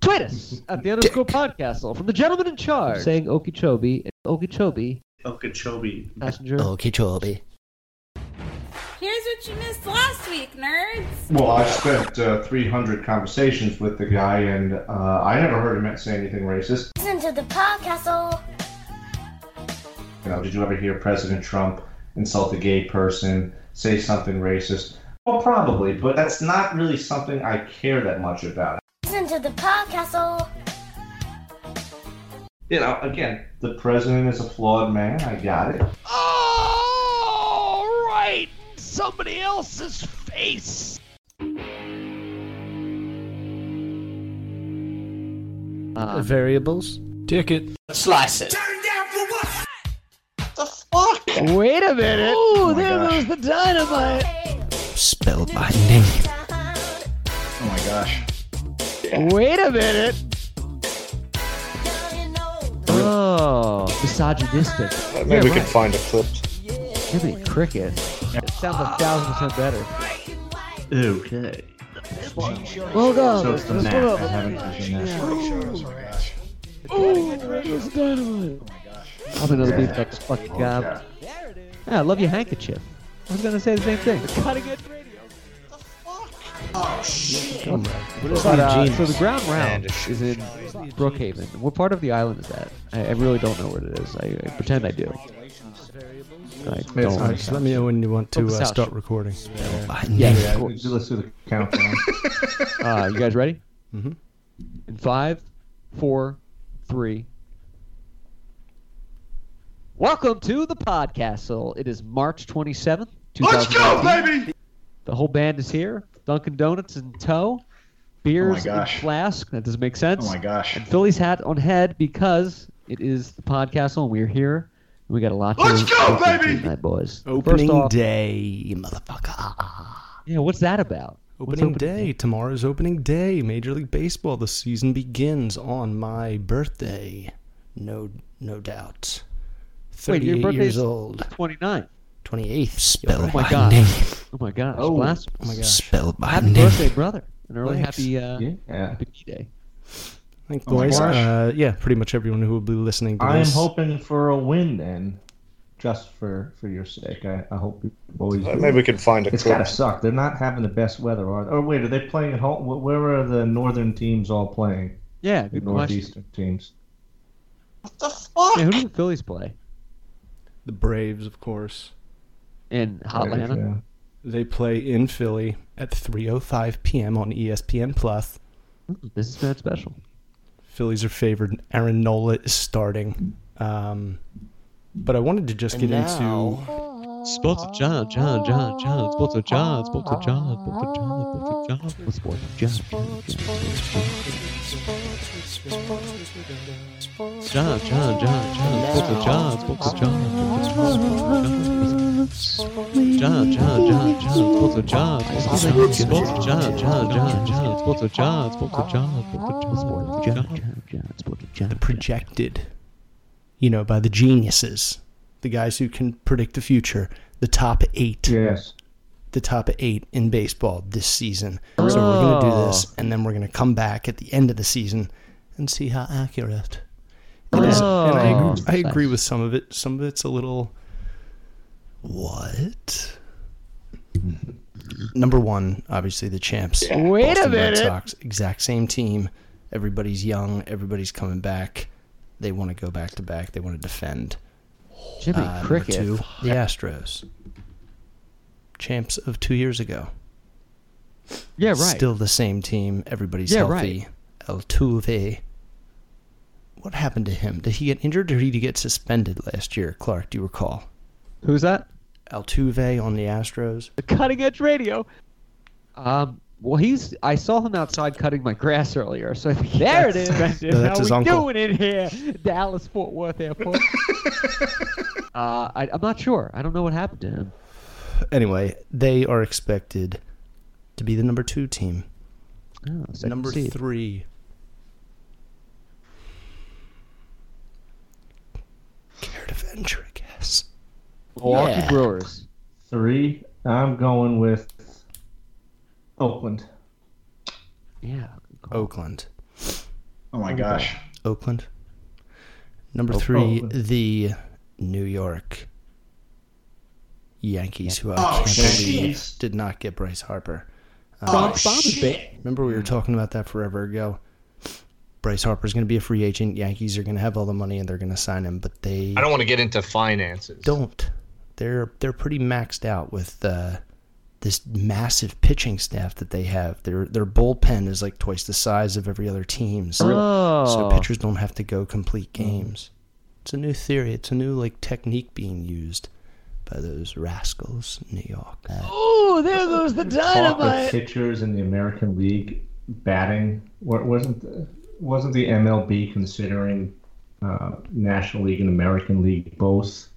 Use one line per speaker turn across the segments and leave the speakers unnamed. Tweet us at the underscore podcastle from the gentleman in charge saying Okeechobee and Okeechobee
Okeechobee.
passenger.
Okeechobee.
Here's what you missed last week, nerds.
Well, I've spent uh, 300 conversations with the guy, and uh, I never heard him say anything racist.
Listen to the podcast.
You know, did you ever hear President Trump insult a gay person, say something racist? Well, probably, but that's not really something I care that much about.
Listen to the podcast. oh.
You know, again, the president is a flawed man. I got it.
All
Oh.
right, somebody else's face.
Uh,
Variables.
Dick it.
Slice it. The fuck?
wait a minute. Oh, there
God.
goes the dynamite.
Spell my name.
Oh my gosh.
Wait a minute. Oh, misogynistic.
Maybe we could find a clip.
Jiminy Cricket. It sounds a thousand percent better.
Okay.
Well done.
So it's the
Let's
gnat.
go.
I haven't seen that.
Ooh, there goes the dynamite. Probably doesn't be like fucking gob. Yeah, I love your handkerchief. I was gonna say the same thing. But, uh, so the ground round is in Brookhaven. What part of the island is that? I, I really don't know what it is. I, I pretend I do. I
All right,
don't.
just let me know when you want to
Focus
uh,
out.
start recording.
My name.
Yes, of
Yeah,
course.
let's do the countdown.
Uh, you guys ready?
Mm-hmm.
Mhm.
In five, four, three. Welcome to the podcastle. It is March 27th, 2019.
baby!
The whole band is here. Dunkin' Donuts in tow. Beers in
Oh gosh.
flask. That doesn't make sense.
Oh my gosh.
And Philly's hat on head because it is the podcastle and we're here. And we got a lot to
Let's go,
look into
baby!
tonight, boys.
Opening
First off,
day, you motherfucker.
Yeah, what's that about? What's
Opening day. Tomorrow's opening day. Major League Baseball. The season begins on my birthday. No, no doubt.
Wait, your
Thirty-eight
birthday's-
years old.
29.
Twenty-eighth. Spell
my
my,
God.
name.
Oh my gosh.
Oh.
blasphemous.
Oh my gosh.
Spell my
Happy
name.
birthday, brother. An early
Thanks.
happy, uh,
Yeah.
happy day.
Thank
Oh my
boys.
gosh.
Uh, yeah, pretty much everyone who will be listening to
I am
this.
hoping for a win then, just for for your sake. I, I hope you always.
Uh,
do.
Maybe we could find a
It's gotta
clip.
suck. They're not having the best weather, are they? Or wait, are they playing at home? Wh- Where are the northern teams all playing?
Yeah,
The
good question.
northeastern teams.
What the fuck?
Yeah, who do the Phillies play?
The Braves, of course.
In Atlanta?
Yeah.
They play in Philly at 3:05 p.m. on E ESPN Plus.
This is bad special.
Phillies are favored. Aaron Nola is starting. Um, but I wanted to just
And
get
now-
into
Sports of John, John, John, John, Sports of John, Sports of John, Sports of John, Sports of John, Sports of John, John, John, John, John, Sports of John, Sports of John, John, John, John, John, Sports of John, Sports of John, Sports of John, John, John, John, Sports of John, Sports of John, Sports of John, Sports of John, John, John, Sports of
the
John.
projected, you know, by the geniuses, the guys who can predict the future, the top eight,
Yes.
the top eight in baseball this season. So we're going to do
Oh.
this, and then we're going to come back at the end of the season and see how accurate it is. And I
Oh.
agree, I agree with some of it. Some of it's a little. What? Number one, obviously the champs.
Wait a
Boston Red
minute.
Sox, exact same team. Everybody's young. Everybody's coming back. They want to go back to back. They want to defend.
Jimmy
Uh, number
Cricket.
two, the Astros, champs of two years ago.
Yeah, right.
Still the same team. Everybody's
Yeah,
healthy. El Tuve. What happened to him? Did he get injured or did he get suspended last year? Clark, do you recall?
Who's that?
El Tuve on the Astros.
The Cutting Edge Radio. Um. Well, he's. I saw him outside cutting my grass earlier, so I think there it is.
No, that's his uncle.
doing in here, Dallas Fort Worth Airport. uh, I, I'm not sure. I don't know what happened to him.
Anyway, they are expected to be the number two team.
Oh, second
number
seed.
three. Care to venture a guess?
Milwaukee
Yeah.
Brewers.
Three. I'm going with Oakland.
Yeah.
Oakland.
Oh my gosh.
Oakland.
Oh,
Number three, the New York Yankees, who I
Oh,
can't believe
shit.
did not get Bryce Harper. Um,
Oh,
shit.
Remember, we were talking about that forever ago. Bryce Harper's going to be a free agent. Yankees are going to have all the money and they're going to sign him, but they
I don't want to get into finances.
don't. They're they're pretty maxed out with uh, this massive pitching staff that they have. Their their bullpen is like twice the size of every other team's. So
Oh.
pitchers don't have to go complete games. It's a new theory. It's a new like technique being used by those rascals in New York.
Oh.
Ooh, there goes the
Fought
dynamite.
the pitchers in the American League batting. Wa- Wasn't the, wasn't the MLB considering uh, National League and American League both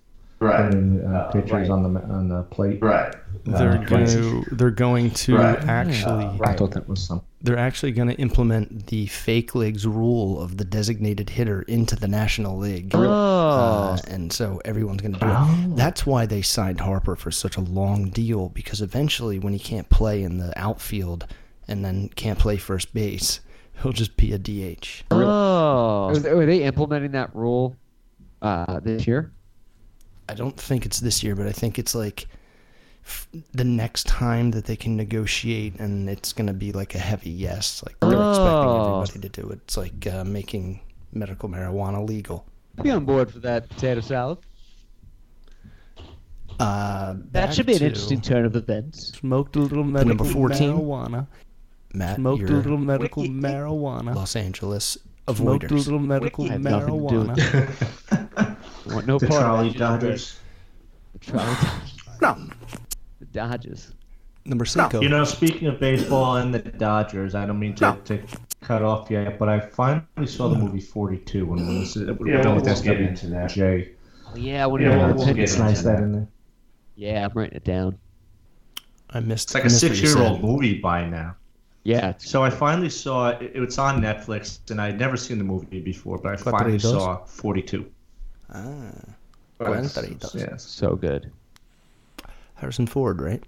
Right.
putting uh, pitchers
right.
on the on the plate?
Right.
they're
Uh,
going to they're going to
Right.
actually
I thought that was something.
they're actually going to implement the fake legs rule of the designated hitter into the National League.
Oh.
Uh, and so everyone's going to do
Oh.
it. That's why they signed Harper for such a long deal because eventually, when he can't play in the outfield and then can't play first base, he'll just be a DH.
Oh. Are they, are they implementing that rule uh, this year?
I don't think it's this year, but I think it's like f- the next time that they can negotiate, and it's going to be like a heavy yes. Like they're
Oh.
expecting everybody to do it. It's like uh, making medical marijuana legal.
I'd be on board for that potato salad.
Uh,
That
back
should be an
to
interesting turn of events.
Smoked a little
medical number 14.
marijuana.
Matt,
Smoked a
your
little medical marijuana.
Los Angeles
Smoked a
avoiders.
little medical
I have nothing to do with
marijuana.
I want no
The
part of
trolley
that.
dodgers.
The trolley Dodgers. The Dodgers.
Number cinco.
You know, speaking of baseball and the Dodgers, I don't mean to, to cut off yet, but I finally saw the movie 42 when we was
Yeah, we'll-
that's
we'll get into that.
Jay.
Oh, yeah, I want
Yeah,
to know
we'll-
what
we'll
the pitch
get
Uh, It's
into
is.
nice that in there.
Yeah, I'm writing it down.
I missed.
It's
I
like a
missed what you
six-year-old
said.
movie by now.
Yeah, it's
So I finally saw it. It was on Netflix, and I'd never seen the movie before, but I finally
Cuatritos.
saw 42. Ah,
Cuatritos.
Yes.
so good.
Harrison Ford, right?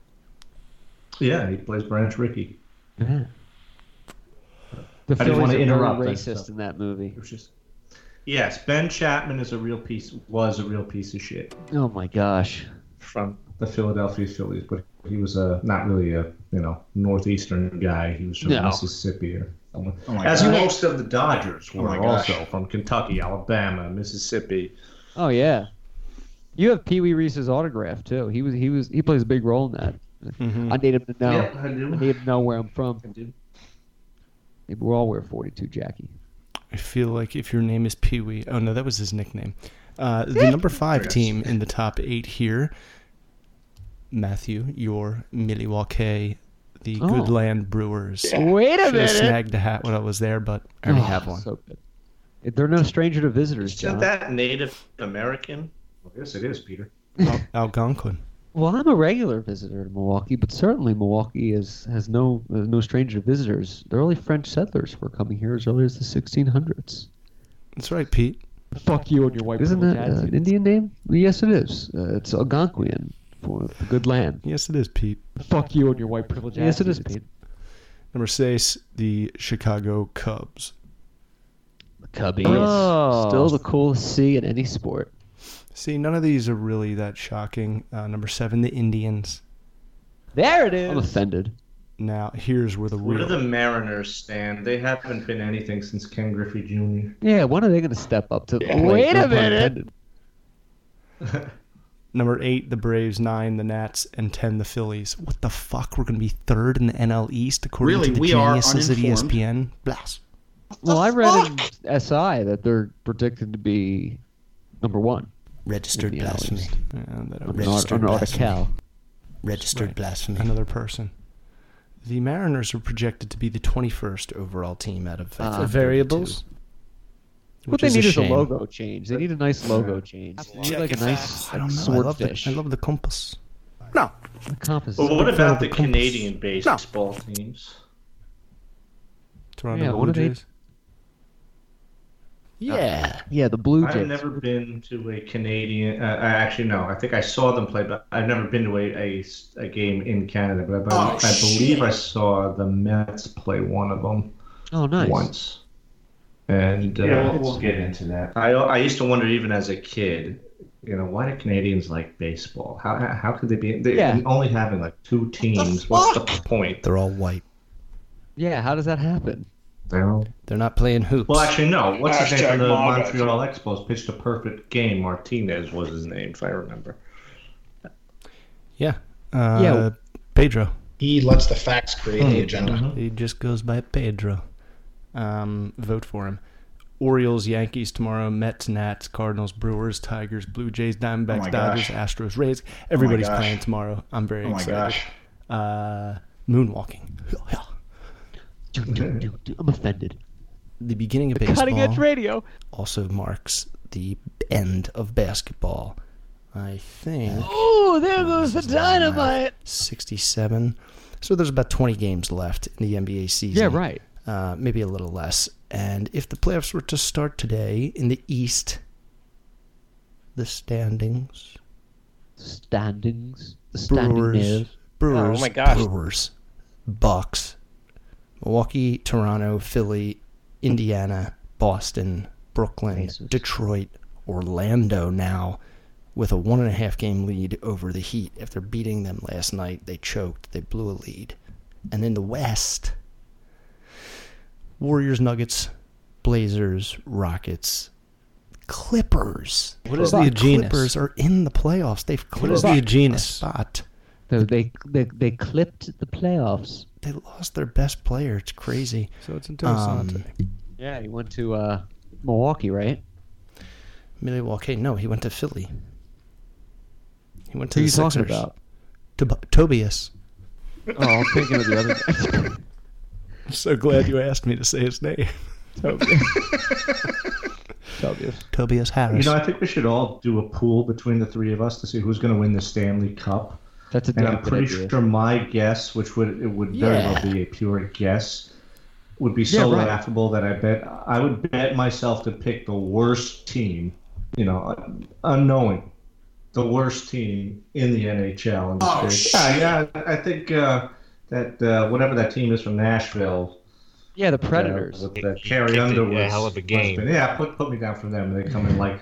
Yeah, he plays Branch Rickey.
The
didn't
Phillies
want to
are
interrupt
very
that
racist
stuff.
in that movie.
It was just. Yes, Ben Chapman is a real piece. Was a real piece of shit.
Oh my gosh.
from the Philadelphia Phillies, but he was a not really a you know northeastern guy. He was from
No.
Mississippi or someone. As most of the Dodgers were also from Kentucky, Alabama, Mississippi.
Oh yeah. You have Pee Wee Reese's autograph too. He was he was he plays a big role in that. I need him to know.
Yeah, I
I
do.
need him to know where I'm from.
do.
Maybe we'll all wear 42, Jackie.
I feel like if your name is Pee Wee, oh no, that was his nickname. Uh, the number five team in the top eight here, Matthew, your Milwaukee, the
Oh.
Good Land Brewers.
Wait a
Should have
minute.
snagged a hat when I was there, but I already
Oh,
have one.
So good. They're no stranger to visitors, John.
Isn't that Native American?
Yes, it is, Peter.
Algonquin.
Well, I'm a regular visitor to Milwaukee, but certainly Milwaukee is has no is no stranger to visitors. The early French settlers were coming here as early as the 1600s.
That's right, Pete.
Fuck you and your white. Isn't that uh, an Indian name? Yes, it is. Uh, it's Algonquian for the good land.
Yes, it is Pete.
Fuck you and your white privilege. Yes, it is. Pete.
Number six, the Chicago Cubs.
Cubbies. Still the coolest C in any sport.
See, none of these are really that shocking. Uh, number seven, the Indians.
There it is. I'm offended.
Now, here's where the
Where do
real
the Mariners stand? They haven't been anything since Ken Griffey Jr.
Yeah, when are they going to step up to the plate? Wait a minute.
Number eight, the Braves. Nine, the Nats, and ten, the Phillies. What the fuck? We're gonna be third in the NL East according
Really,
to the
we are
geniuses E of
uninformed.
ESPN. Bless.
Well, I read in SI that they're predicted to be number one.
Registered
Yeah,
blasphemy.
it's-
And that
Under
Registered blasphemy.
Cal.
Registered
Right.
blasphemy.
another person. The Mariners are projected to be the 21st overall team out of
Ah.
uh,
Variables?
What they need is a logo change. They need a nice logo change. They need
Check
like a
it
nice
I don't know. I love, the,
swordfish.
I love the compass.
the compass.
Well, what about the
compass.
Canadian baseball teams?
Toronto
Yeah, what
Blue
are they-
Jays.
Yeah.
uh,
Yeah, the Blue
I've
Jays.
never been to a Canadian. Uh, I- actually, no. I think I saw them play, but I've never been to a, a, a game in Canada. But I, I believe I saw the Mets play one of them
Oh, nice.
once. And uh, yeah, we'll, we'll get into that. I, I used to wonder even as a kid, you know, why do Canadians like baseball? How how could they be? They're
Yeah.
only having like two teams. What's the point?
They're all white.
Yeah, how does that happen?
You know?
They're not playing hoops.
Well, actually, no. What's his name?
Hashtag
from The
MAGA.
Montreal Expos pitched a perfect game. Martinez was his name, if I remember.
yeah. Uh,
Yeah.
Pedro.
He lets the facts create
Hmm.
the
Mm-hmm.
agenda.
He just goes by Pedro. Um, vote for him. Orioles, Yankees tomorrow, Mets, Nats, Cardinals, Brewers, Tigers, Blue Jays,
Oh
Diamondbacks,
my
Dodgers, Astros, Rays. Everybody's
gosh.
playing tomorrow. I'm very
Oh my
excited.
gosh.
Uh, moonwalking.
Dude, dude, dude, dude, I'm offended.
The beginning of
Cutting edge
baseball
radio.
also marks the end of basketball. I think
Oh, there goes the dynamite.
67. So there's about 20 games left in the NBA season.
Yeah, right.
uh, maybe a little less. And if the playoffs were to start today in the East, the standings
Standings. The standing
Brewers,
nails.
Brewers,
my gosh.
Brewers, Bucks, Milwaukee, Toronto, Philly, Indiana, Boston, Brooklyn,
Jesus.
Detroit, Orlando now. With a one and a half game lead over the Heat. After beating them last night, they choked. They blew a lead. And in the West, Warriors, Nuggets, Blazers, Rockets, Clippers.
What is
The
the genus?
Clippers are in the playoffs. They've cleared
is the
a
genus?
spot.
So they, they they clipped the playoffs.
They lost their best player. It's crazy.
So it's in
Um,
Tucson.
Yeah, he went to uh, Milwaukee, right?
Milwaukee. No, he went to Philly. He went to
Who are
the
you
Sixers.
talking about?
Tob- Tobias.
Oh, I'm thinking of the other.
I'm so glad you asked me to say his name.
Tobias.
Tobias
You
Harris.
know, I think we should all do a pool between the three of us to see who's going to win the Stanley Cup.
That's a
And
damn
I'm
good
pretty
idea.
sure my guess, which would it would very well be a pure guess, would be so
Yeah, right.
laughable that I bet I would bet myself to pick the worst team, you know, un- unknowing the worst team in the NHL. And just
Oh,
think,
shit.
yeah, yeah, I think uh, that uh, whatever that team is from Nashville,
Yeah, the Predators.
uh, that Carrie
kicked it
Underwood,
a hell of a game.
yeah, put put me down for them. They come in like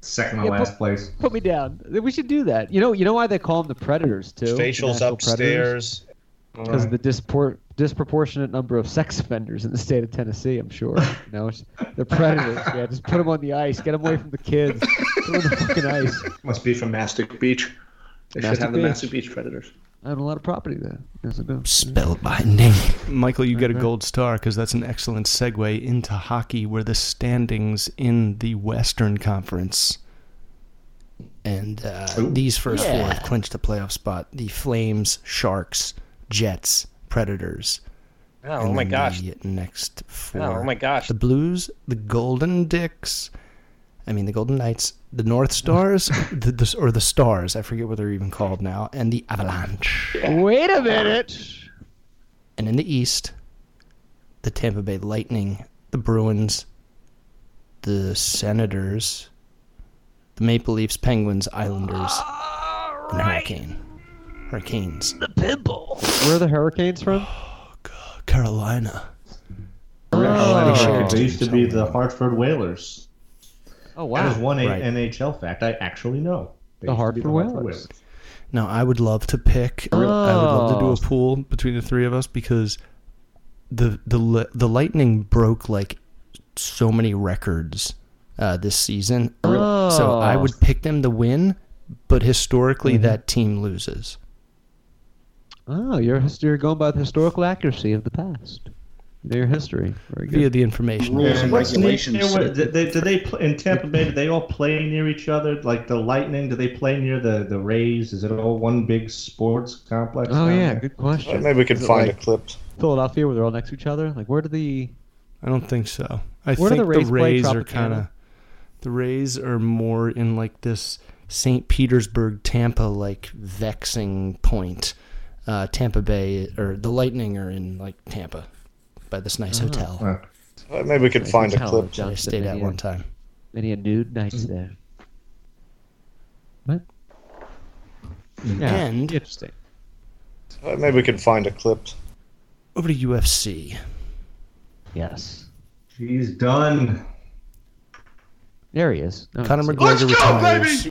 second to
Yeah,
last
put-
place.
Put me down. We should do that. You know, you know why they call them the Predators too.
Facials upstairs.
because of the dispor- disproportionate number of sex offenders in the state of Tennessee. I'm sure. You know, it's, they're predators. Yeah, just put them on the ice. Get them away from the kids. Put 'em on the fucking ice.
Must be from Mastic Beach. They
should Mastic have the Beach. Mastic
Beach Predators.
I own a lot of property there. Yes, I do.
Spelled by name.
Michael, you
get a
Mhm.
gold star because that's an excellent segue into hockey, where the standings in the Western Conference and uh, these first four have clinched the playoff spot: the Flames, Sharks, Jets, Predators.
Oh,
and
my
then
gosh.
The next four.
Oh, my gosh.
The Blues, the Golden Dicks. I mean, the Golden Knights, the North Stars, the, the, or the Stars. I forget what they're even called now, and the Avalanche.
Wait a minute.
And in the East, the Tampa Bay Lightning, the Bruins, the Senators, the Maple Leafs, Penguins, Islanders, and Hurricane. Hurricanes.
Where are the Hurricanes from?
Carolina.
They used to be the Hartford Whalers.
Oh
That is
wow.
one
Right.
NHL fact I actually know. They
The
used to be
Hartford Whalers.
Now, I would love to pick. I would love to do a pool between the three of us because the the li- the Lightning broke like so many records uh, this season. So
Oh.
I would pick them to win, but historically that team loses.
Oh, you're you're going by the historical accuracy of the past. Their history. Very
Via
good.
the information.
Rules and
What's
regulations.
near- where- Did they, did they play, in Tampa Bay? Do they all play near each other? Like the Lightning? Do they play near the the Rays? Is it all one big sports complex?
Oh
down
yeah,
there?
good question.
Maybe we could
Is it
find
like
a clip.
Philadelphia where they're all next to each other. Like where do the
I don't think so. I
Where do
think
the
the
Rays
Rays,
play
are
Tropicana?
kind of the Rays are more in like this St. Petersburg, Tampa like vexing point. Uh, Tampa Bay or the Lightning are in like Tampa by this
Oh,
nice hotel
Wow.
Maybe we could find a
Hotel
clip.
of
that I
Johnson,
stayed at
many a-
one time.
Many a nude nights there. What? Yeah,
And-
interesting.
Maybe we could find a clip.
Over to UFC.
Yes.
He's done.
There he is. Oh,
Conor
he's-
McGregor retires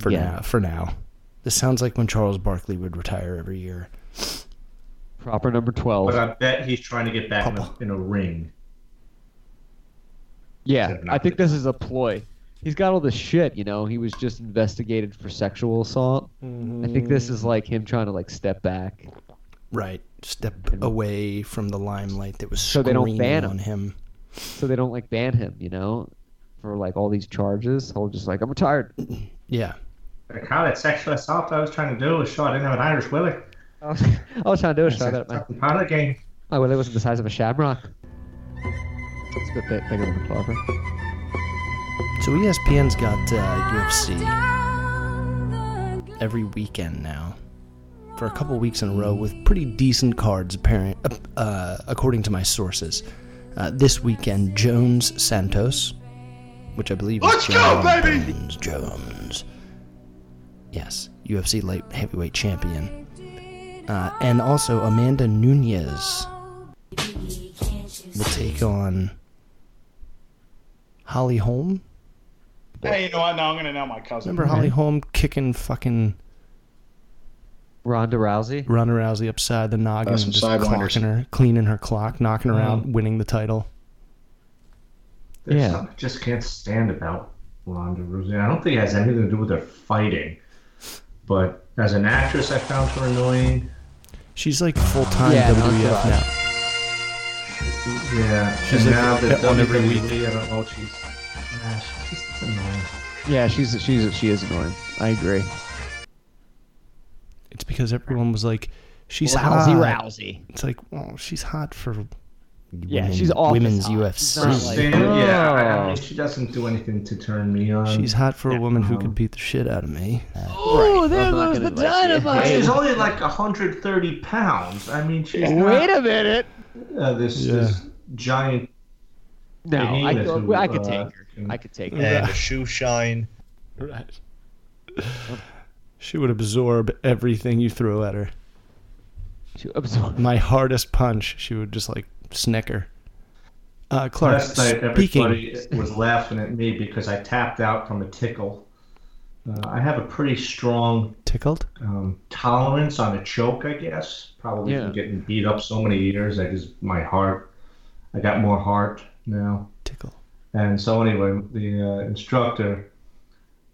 for
Again.
Uh,
now. For now, this sounds like when Charles Barkley would retire every year.
Proper number twelve.
But I bet he's trying to get back in a, in a ring.
Yeah, I think this is a ploy. He's got all this shit, you know. He was just investigated for sexual assault. I think this is like him trying to like step back.
Right, step away from the limelight that was
So
so
they don't ban him.
on him.
so they don't like ban him, you know, for like all these charges. He'll just like, I'm retired.
Yeah,
Like, how that sexual assault I was trying to do was shot in have an Irish willie.
I was, I was trying to do a shot at my,
Fucking pilot game.
my willy wasn't the size of a shamrock. It's a bit big- bigger than a clover.
so ESPN's got uh, UFC every weekend now for a couple weeks in a row with pretty decent cards, apparent uh, according to my sources. Uh, this weekend, Jones Santos, which I believe is Jones, Jones Jones. Yes, UFC light heavyweight champion, uh, and also Amanda Nunez will take on Holly Holm.
Hey, you know what? Now I'm gonna know my cousin.
Remember Holly Holm kicking fucking
Ronda Rousey.
Ronda Rousey upside the noggin,
Uh,
and
some
just
sidewinders.
clocking her, cleaning her clock, knocking her out, winning the title.
There's
Yeah.
something I just can't stand about Ronda Rousey. I don't think it has anything to do with her fighting. But as an actress, I found her annoying.
She's like full time
Yeah, no, that's
WWF now.
Yeah.
She's like
and now that
that one every
WWE, I don't know. E Oh, She's, nah, she's just annoying.
Yeah, she's she's she is annoying. I agree.
It's because everyone was like, she's
Rousey,
hot.
Rousey.
It's like, well, she's hot for
Yeah,
women-
she's awful.
women's
She's
UFC.
not
She's,
like-
Stand- yeah, I, I
oh.
mean, she doesn't do anything to turn me on.
hot for a woman who could beat the shit out of me.
Oh, there
I'm not
goes
gonna
the
like it.
dynamite.
She's only like 130 pounds. I mean, she's
Wait
not
a minute.
uh, this, this giant.
No, I,
Behemoth
could-
who,
I could
uh,
take her. I could take her.
and a shoe shine.
Right. She would absorb everything you throw at her.
She oh, absorbed.
My hardest punch, she would just like snicker. Uh, Clark,
Last night,
speaking.
everybody was laughing at me because I tapped out from a tickle. Uh, I have a pretty strong
Tickled?
um, tolerance on a choke, I guess. Probably
Yeah.
from getting beat up so many years. I just my heart. I got more heart now.
Tickle.
And so anyway, the uh, instructor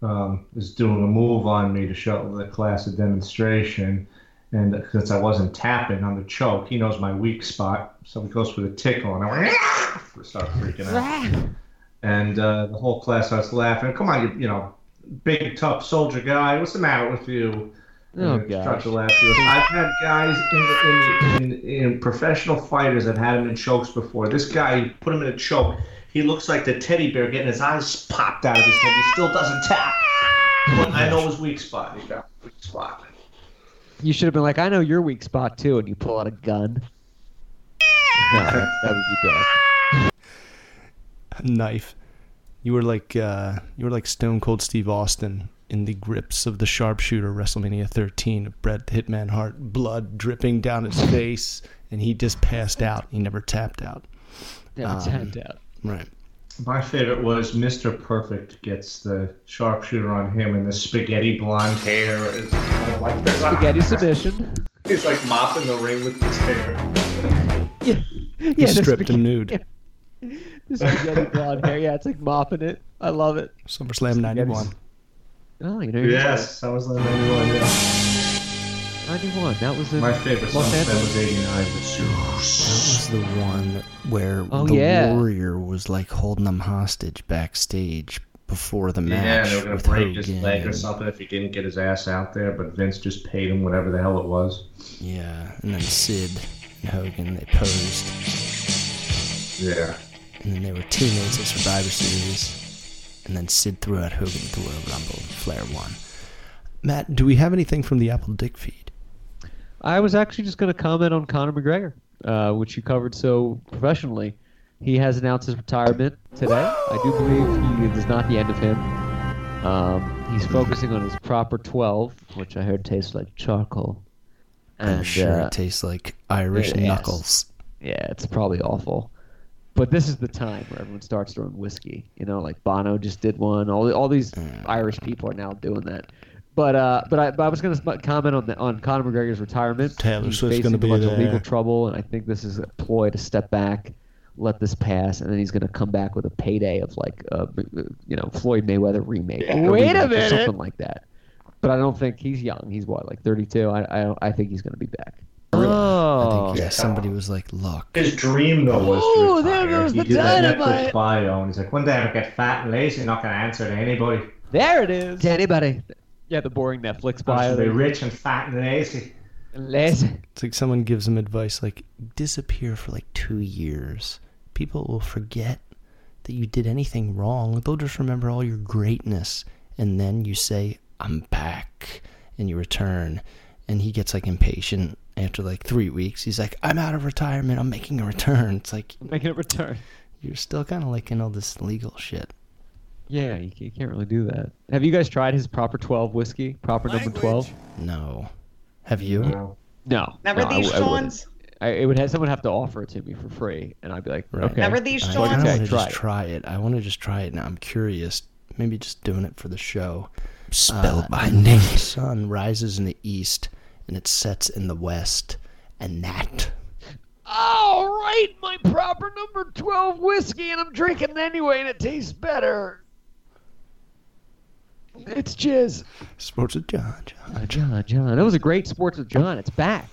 um, is doing a move on me to show the class a demonstration. And uh, since I wasn't tapping on the choke, he knows my weak spot, so he goes for the tickle, and I went, "Ah!" start freaking out. And uh, the whole class starts laughing. Come on, you, you know, big tough soldier guy, what's the matter with you?
Oh
And the
gosh.
instructor laughs. He goes, I've had guys in, the, in, in, in professional fighters that had him in chokes before. This guy, you put him in a choke. He looks like the teddy bear getting his eyes popped out of his head. He still doesn't tap. But I know his weak spot. He got a weak spot.
You should have been like, I know your weak spot too, and you pull out a gun. No, that, that would be bad.
knife. You were like uh, you were like Stone Cold Steve Austin in the grips of the sharpshooter WrestleMania 13 of Bret Hitman Hart, blood dripping down his face, and he just passed out. He never tapped out.
Yeah, it's tapped out.
Right.
My favorite was Mr. Perfect gets the sharpshooter on him, and the spaghetti blonde hair is kind of like this.
Spaghetti submission.
He's like mopping the ring with his hair.
Yeah,
He
the
stripped
spaghetti-
him nude.
the spaghetti blonde hair. Yeah, it's like mopping it. I love it.
SummerSlam 91.
Oh, you know, you're
Yes, I was like, yeah.
91. That was in
My favorite song
Los Angeles.
was '89 with Zeus.
That was the one where
Oh,
the
yeah.
Warrior was like holding him hostage backstage before the
Yeah,
match
they were gonna
with
break
Hogan.
his leg or
and-
something if he didn't get his ass out there. But Vince just paid him whatever the hell it was.
Yeah, and then Sid and Hogan they posed.
Yeah.
and then they were teammates at Survivor Series, and then Sid threw out Hogan at the Royal Rumble, and Flair won. Matt, do we have anything from the Apple Dick feed?
I was actually just going to comment on Conor McGregor, uh, which you covered so professionally. He has announced his retirement today. I do believe he is not the end of him. Um, he's focusing on his proper 12, which I heard tastes like charcoal.
I'm
And
sure
uh,
it tastes like Irish
it is.
knuckles.
yeah, it's probably awful. But this is the time where everyone starts throwing whiskey. You know, like Bono just did one. All all these
Mm.
Irish people are now doing that. But uh, but I, but I was going to comment on the, on Conor McGregor's retirement.
Taylor
He's
Swift's
facing
gonna be
a bunch of
there.
legal trouble, and I think this is a ploy to step back, let this pass, and then he's going to come back with a payday of like uh, you know Floyd Mayweather remake.
Yeah.
or
Wait a
remake or
minute.
something like that. But I don't think he's young. He's what like 32. I I, don't- I think he's going to be back.
I
Oh,
think yeah, somebody was like, look.
His dream though was
Ooh,
to
there
retire.
goes
he
the
did that Netflix
dynamite.
bio, and he's like, one day I'm gonna get fat and lazy, and not gonna answer to anybody.
There it is. To anybody. Yeah, the boring Netflix
I'm
bio.
gonna be rich and fat and lazy.
Lazy.
It's like someone gives him advice like disappear for like two years. People will forget that you did anything wrong. They'll just remember all your greatness. And then you say, I'm back. And you return. And he gets like impatient after like three weeks. He's like, I'm out of retirement. I'm making a return. It's like
making a return.
you're still kind of like in all this legal shit.
Yeah, you, you can't really do that. Have you guys tried his proper 12 whiskey? Proper number 12?
No. Have you?
No.
No.
Remember
no, I
these
w- I wouldn't.
Sean's?
I, it would have someone have to offer it to me for free, and I'd be like, okay.
Remember these
I
Sean's?
kind of want to
Okay,
just
try it.
try it. I want to just try it now. I'm curious. Maybe just doing it for the show.
Spelled by
and
name.
The sun rises in the east and it sets in the west. And that.
All right, my proper number 12 whiskey, and I'm drinking it anyway, and it tastes better. It's jizz.
Sports with John. John.
Uh, John, John. That was a great Sports with John. It's back.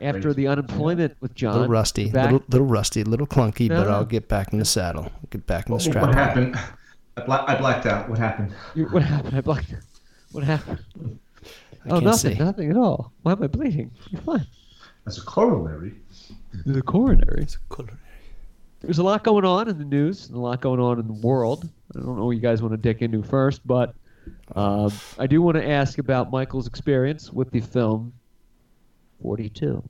After the unemployment with
A
John.
little rusty.
back-
Little, little rusty. Little clunky, but
No.
I'll get back in the saddle. Get back in the
What,
strap.
happened? I, bla- I blacked out. What happened?
you- what happened? I blacked out. What happened?
I
oh,
can't
nothing.
see.
Nothing at all. Why am I bleeding? You're fine.
As a corollary,
The coronary.
colour-
There's a lot going on in the news and a lot going on in the world. I don't know what you guys want to dick into first, but um, I do want to ask about Michael's experience with the film 42.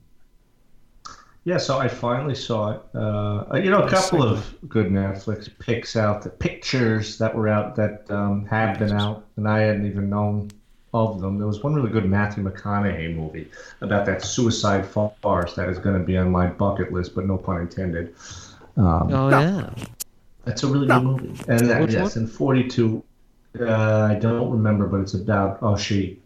Yeah, so I finally saw it. Uh, you know, a couple of good Netflix picks out the pictures that were out that um, had been out, and I hadn't even known of them. There was one really good Matthew McConaughey movie about that suicide farce that is going to be on my bucket list, but no pun intended. Um,
Oh, yeah.
That's a really good movie. And that,
Which
yes, and 42, uh, I don't remember, but it's about Oshi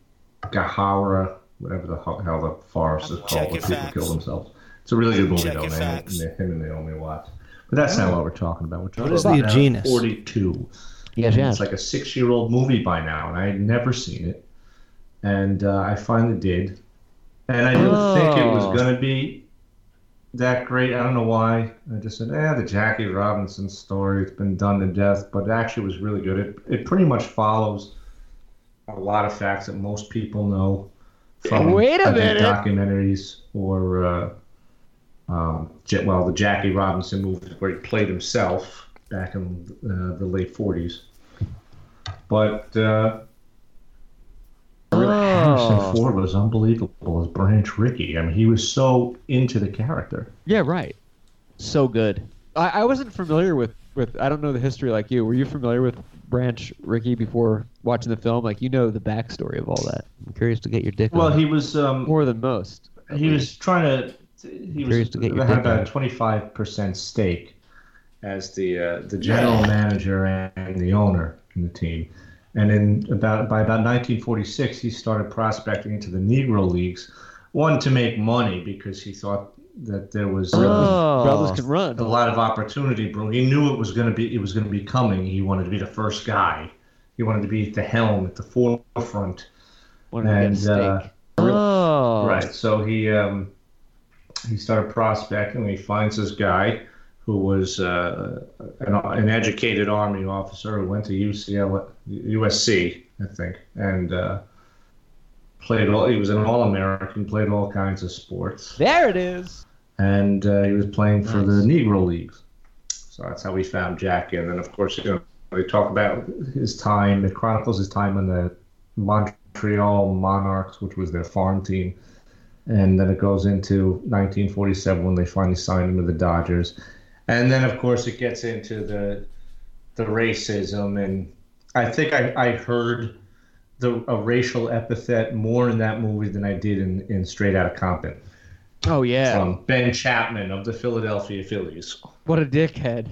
Gahara, whatever the hell hell the forest is called
Check
where
your
people
facts.
kill themsella. It's a really good movie,
Check
though,
your
man.
facts.
Him and Naomi Watts. But that's not what we're talking about. We're talking
What is
about
the Aeginus?
42.
Yes,
And
yes.
It's like a six year old movie by now, and I had never seen it. And uh, I finally did. And I didn't think it was
Oh.
going to be that great. I don't know why. I just said, eh, the Jackie Robinson story, it's been done to death, but it actually was really good. It, it pretty much follows a lot of facts that most people know from
Wait a
I think,
minute.
documentaries or, uh, um, Ja- well, the Jackie Robinson movie where he played himself back in uh, the late 40s. But uh,
Oh.
Oh.
Harrison Ford was unbelievable as Branch Rickey. I mean, he was so into the character.
Yeah, right. So good. I, I wasn't familiar with, with, I don't know the history like you. Were you familiar with Branch Rickey before watching the film? Like, you know the backstory of all that. I'm curious to get your dick
Well,
on
he
it.
was um,
more than most.
He was trying to. He was
Curious to get your
they had
dick on
about
it.
a twenty-five percent stake as the uh, the general manager and the owner in the team. And in about by about 1946, he started prospecting into the Negro Leagues, one to make money because he thought that there was uh,
Oh. Brothers can run.
a lot of opportunity. Bro, he knew it was going to be it was going to be coming. He wanted to be the first guy. He wanted to be at the helm, at the forefront.
Wanted to get a
uh, real-
Oh.
right. So he um, he started prospecting. He finds this guy who was uh, an, an educated army officer who went to UCLA, USC, I think, and uh, played all. He was an All-American, played all kinds of sports,
There it is.
and uh, he was playing for the Negro Leagues. So that's how we found Jackie. And then, of course, you know, they talk about his time. It chronicles his time in the Montreal Monarchs, which was their farm team. And then it goes into 1947 when they finally signed him to the Dodgers. And then, of course, it gets into the the racism. And I think I, I heard the a racial epithet more in that movie than I did in, in Straight Outta Compton.
Oh yeah.
From Ben Chapman of the Philadelphia Phillies.
What a dickhead.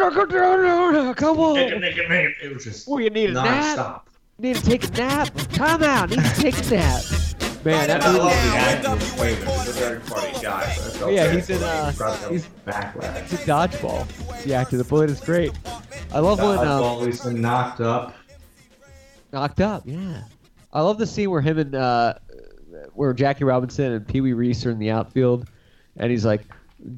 Come on.
It was just
Oh, you need a nap.
nonstop.
Need to take a nap. Come out. Need to take a nap.
Man, that
I love
movie,
the actor who played him. He's a very funny guy. but I felt
Yeah,
bad
he's in,
for him.
uh,
He probably got
he's-
backlash.
it's a dodgeball. The actor that played is great. I love when
I've
um,
always been knocked up.
knocked up. Yeah. I love the scene where him and uh, where Jackie Robinson and Pee Wee Reese are in the outfield, and he's like,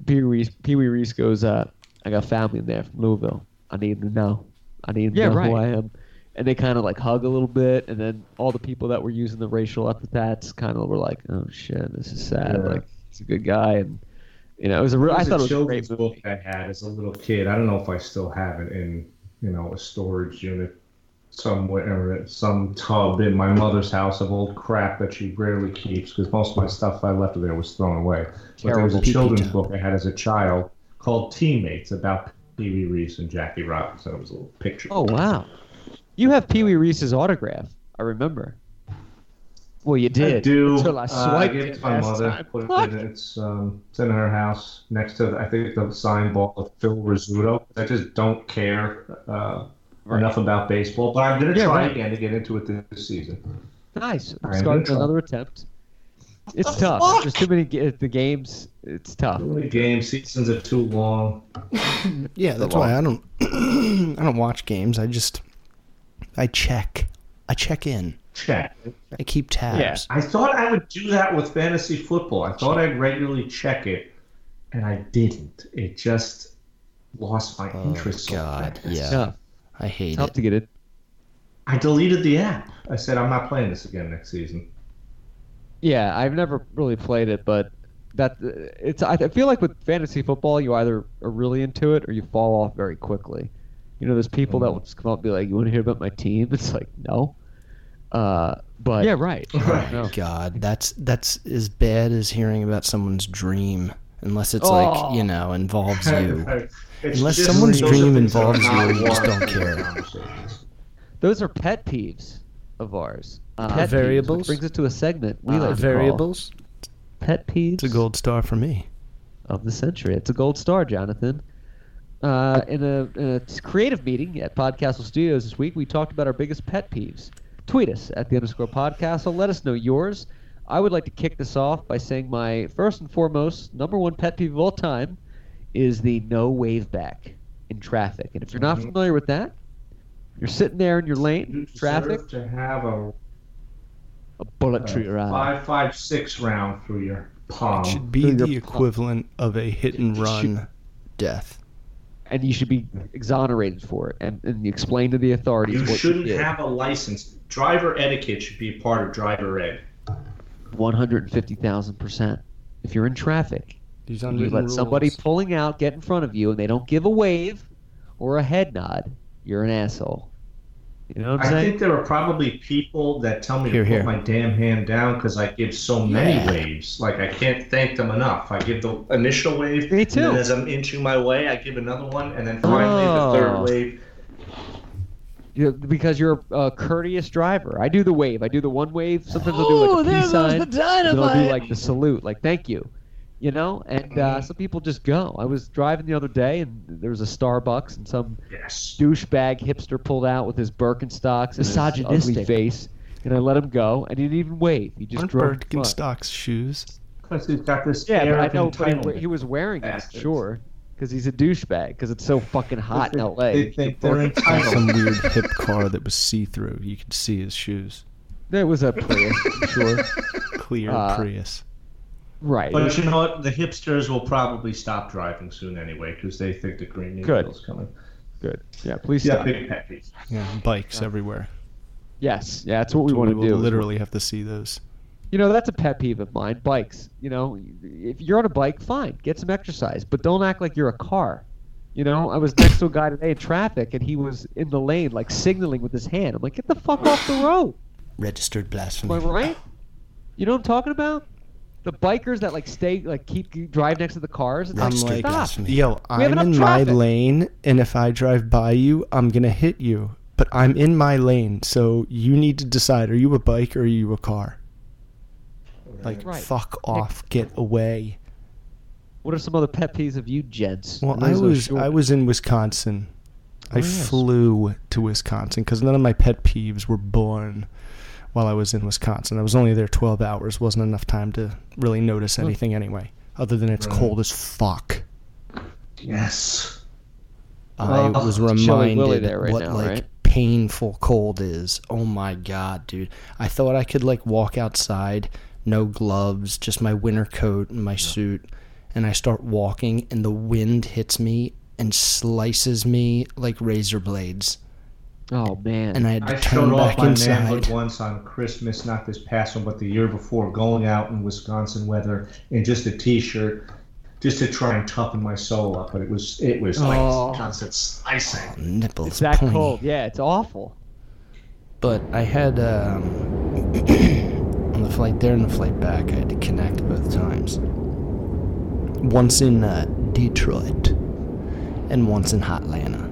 Pee Wee Reese, Pee Wee Reese goes, uh, "I got family in there from Louisville. I need them to know. I need them
Yeah,
to know who
right.
I am." And they kind of like hug a little bit, and then all the people that were using the racial epithets kind of were like, "Oh shit, this is sad.
Yeah.
Like he's a good guy." And you know, it was a real. I
There's
thought it was a
children's
great movie.
book I had as a little kid. I don't know if I still have it in, you know, a storage unit somewhere, or some tub in my mother's house of old crap that she rarely keeps because most of my stuff I left there was thrown away. But there was
Terrible
a
pee-pee
children's
tub.
book I had as a child called Teammates about Pee Wee Reese and Jackie Robinson. It was a little picture.
Oh wow, you have Pee Wee Reese's autograph. I remember. Well, you did.
I do.
Until I
Uh,
swiped
gave
it
to my
last
mother.
time.
Put
Fuck.
it in, it's, um, it's in her house next to, I think, the sign ball of Phil Rizzuto. I just don't care uh,
Right.
enough about baseball, but I'm going to
Yeah,
try
right.
again to get into it this season.
Nice.
I'm
I'm
in
starting
trouble.
another attempt. It's
the
tough.
fuck?
There's too many ga- the games. It's tough.
Too many games, seasons are too long.
Yeah, that's why I don't I don't watch games. I just I check. I check in.
Check.
I keep tabs.
I thought I would do that with fantasy football. I thought I'd regularly check it, and I didn't. It just lost my interest. so
Oh, God,
fast.
yeah.
Tough.
I hate
Tough
it.
to get it.
I deleted the app. I said I'm not playing this again next season.
Yeah, I've never really played it, but that it's. I I feel like with fantasy football, you either are really into it or you fall off very quickly. You know, there's people that will just come up and be like, "You want to hear about my team?" It's like, no. Uh, but yeah, right.
Oh, God, that's that's as bad as hearing about someone's dream, unless it's
Oh.
like you know involves you.
It's
Unless
just
someone's
those are
dream
things that are
involves
not
you, you just don't
warranted
care.
conversations.
Those are pet peeves of ours. Uh,
Pet
peeves, which
variables?
brings us to a segment we
Uh,
like to call
variables.
pet peeves
It's a gold star for me.
of the century. It's a gold star, Jonathan. Uh, in, a, in a creative meeting at Podcastle Studios this week, we talked about our biggest pet peeves. Tweet us at the underscore podcastle. Let us know yours. I would like to kick this off by saying my first and foremost number one pet peeve of all time is the no wave back in traffic. And if you're not
Mhm.
familiar with that, you're sitting there in your
You
lane,
deserve
traffic,
to have a
a bullet through your eye.
Uh, five five six round through your
It
palm.
should be
Your-
the equivalent of a hit and run death.
and you should be exonerated for it. And, and you explain to the authorities
You
what
shouldn't
you did.
have a license. Driver etiquette should be part of driver ed.
One hundred and fifty thousand percent. If you're in traffic,
These
and you let somebody pulling out get in front of you, and they don't give a wave or a head nod, you're an asshole. You know what I'm
I
saying?
think there are probably people that tell me
Here,
to
here.
put my damn hand down because I give so many waves. Like I can't thank them enough. I give the initial wave,
Me
and
too.
then as I'm inching my way, I give another one, and then finally the
Oh.
third wave.
You- because you're a courteous driver. I do the wave. I do the one wave. Sometimes I'll do
Ooh,
like a
there
peace
goes
sign.
the
and then I'll do
dynamite.
like the salute, like thank you, you know. And uh,
Mm-hmm.
some people just go. I was driving the other day, and there was a Starbucks, and some
Yes.
douchebag hipster pulled out with his Birkenstocks and his ugly
Misogynistic.
face, and I let him go. and He didn't even wave. He just
Aren't
drove. in front.
Birkenstocks shoes?
Because he's got this
Yeah,
air
but I
of
know, but
entitlement.
he, he was wearing it,
Bastards.
sure, because he's a douchebag. Because it's so fucking hot in L.A.
They think they're
Like some
entitled.
weird hip car that was see through. You could see his shoes.
There was a Prius, I'm sure.
Clear
Uh,
Prius.
Right.
But you know what? The hipsters will probably stop driving soon anyway because they think the Green New
Good.
Deal's coming.
Good. Yeah. Please
Yeah,
stop.
big pet peeves.
Yeah, bikes everywhere.
Yes. Yeah. That's what we
So
want to
will
do.
Literally have to see those.
You know, that's a pet peeve of mine. Bikes. You know, if you're on a bike, fine, get some exercise, but don't act like you're a car. You know, I was next to a guy today in traffic, and he was in the lane, like signaling with his hand. I'm like, get the fuck off the road.
Registered
Am
blasphemy.
I right? You know what I'm talking about? The bikers that like stay, like keep drive next to the cars. It's
I'm
like,
like,
stop.
yo,
have
I'm
enough
in my
traffic."
lane, and if I drive by you, I'm gonna hit you. But I'm in my lane, so you need to decide: are you a bike or are you a car? Like,
Right.
fuck off, get away.
What are some other pet peeves of you gents?
Well,
There's
I
no
was
short-
I was in Wisconsin. I
Oh, yes.
flew to Wisconsin because none of my pet peeves were born while I was in Wisconsin. I was only there 12 hours. wasn't enough time to really notice
Hmm.
anything anyway, other than it's
Right.
cold as fuck.
Yes.
I
Well,
was
it's showing
reminded
Willie there right
what
now,
like
right?
painful cold is. Oh my god, dude! I thought I could like walk outside, no gloves, just my winter coat and my suit, and I start walking, and the wind hits me and slices me like razor blades,
Oh man.
and I had to
I
turn
showed off
back
my manhood
inside.
once on Christmas, not this past one, but the year before, going out in Wisconsin weather in just a t-shirt, just to try and toughen my soul up. But it was it was
Oh.
like constant slicing.
Nipples
it's that
pointy.
cold. Yeah, it's awful.
But I had um, on the flight there and the flight back, I had to connect both times. Once in uh, Detroit, and once in Hotlanta.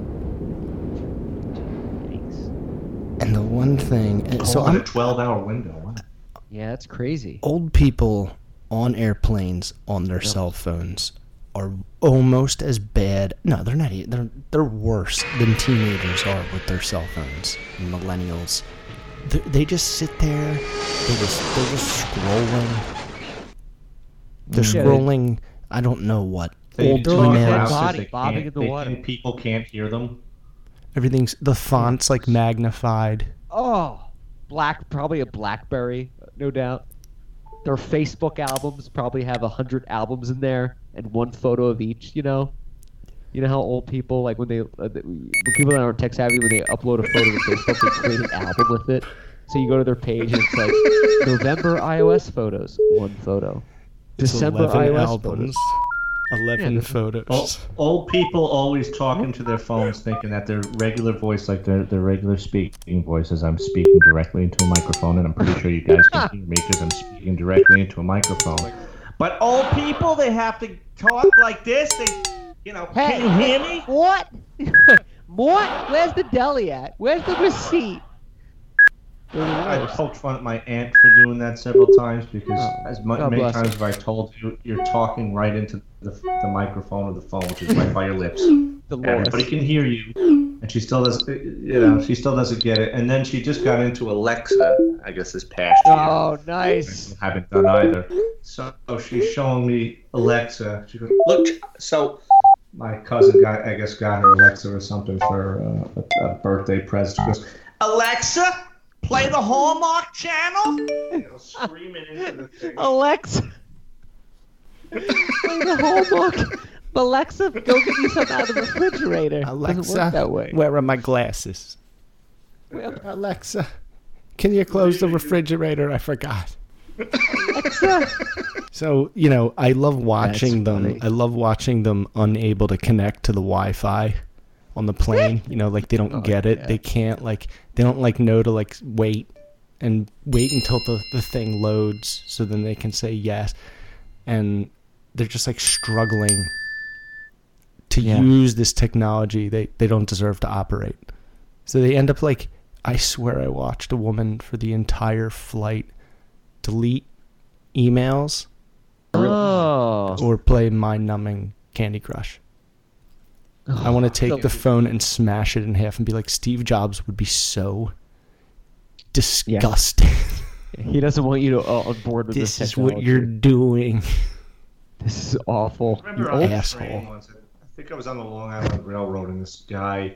Thanks.
And the one thing, and so
So i a
I'm
twelve-hour window. Wow.
Yeah, that's crazy.
old people on airplanes on their cell phones are almost as bad. No, they're not. e- They're they're worse than teenagers are with their cell phones. and Millennials, they, they just sit there. They just they're just scrolling. They're
Yeah, they-
scrolling. I don't know what. Old
they're on
emails.
their body,
they
bobbing
can't-
in the
they
water.
think people can't hear them.
Everything's the fonts like magnified.
Oh, black, probably a BlackBerry, no doubt. Their Facebook albums probably have a hundred albums in there and one photo of each. You know, you know how old people like when they uh, the- when people that aren't tech savvy when they upload a photo to Facebook they create an album with it. So you go to their page and it's like November iOS photos, one photo.
It's
December
11
iOS
albums.
photos.
Eleven
Yeah, that's-
photos.
Ol- Old people always talking to their phones, thinking that their regular voice, like their, their regular speaking voice, is I'm speaking directly into a microphone, and I'm pretty sure you guys can hear me because I'm speaking directly into a microphone. But old people, they have to talk like this. They, you know, can you hear me?
What? what? Where's the deli at? Where's the receipt?
I poked fun at my aunt for doing that several times because
Oh,
as mu-
God
many
bless
times as I told you, you're talking right into the, the microphone or the phone, which is right by your lips.
The Lord.
Everybody can hear you, and she still doesn't. You know, she still doesn't get it. And then she just got into Alexa. I guess this past year.
Oh, nice.
I haven't done either. So she's showing me Alexa. She goes, "Look." So my cousin got, I guess, got her Alexa or something for uh, a, a birthday present. She goes, "Alexa, play the Hallmark Channel." You know, screaming into the thing.
Alexa. Play the whole book. Alexa, go get me some out of the refrigerator. Doesn't work that way.
where are my glasses?
Well-
Alexa, can you close the refrigerator? I forgot.
Alexa.
So you know, I love watching
That's
them.
funny.
I love watching them unable to connect to the Wi-Fi on the plane. you know, like they
Oh,
don't get it. They can't like they don't like know to like wait and wait until the the thing loads so then they can say yes. And they're just like struggling to
Yeah.
use this technology. They they don't deserve to operate. So they end up like I swear I watched a woman for the entire flight delete emails
Oh.
or play mind numbing Candy Crush. I want to take the phone and smash it in half and be like, Steve Jobs would be so disgusted.
He doesn't want you to uh, on board with this.
this is what you're
technology.
doing.
This is awful.
remember
You
on the
asshole.
train once, I think I was on the Long Island Railroad, and this guy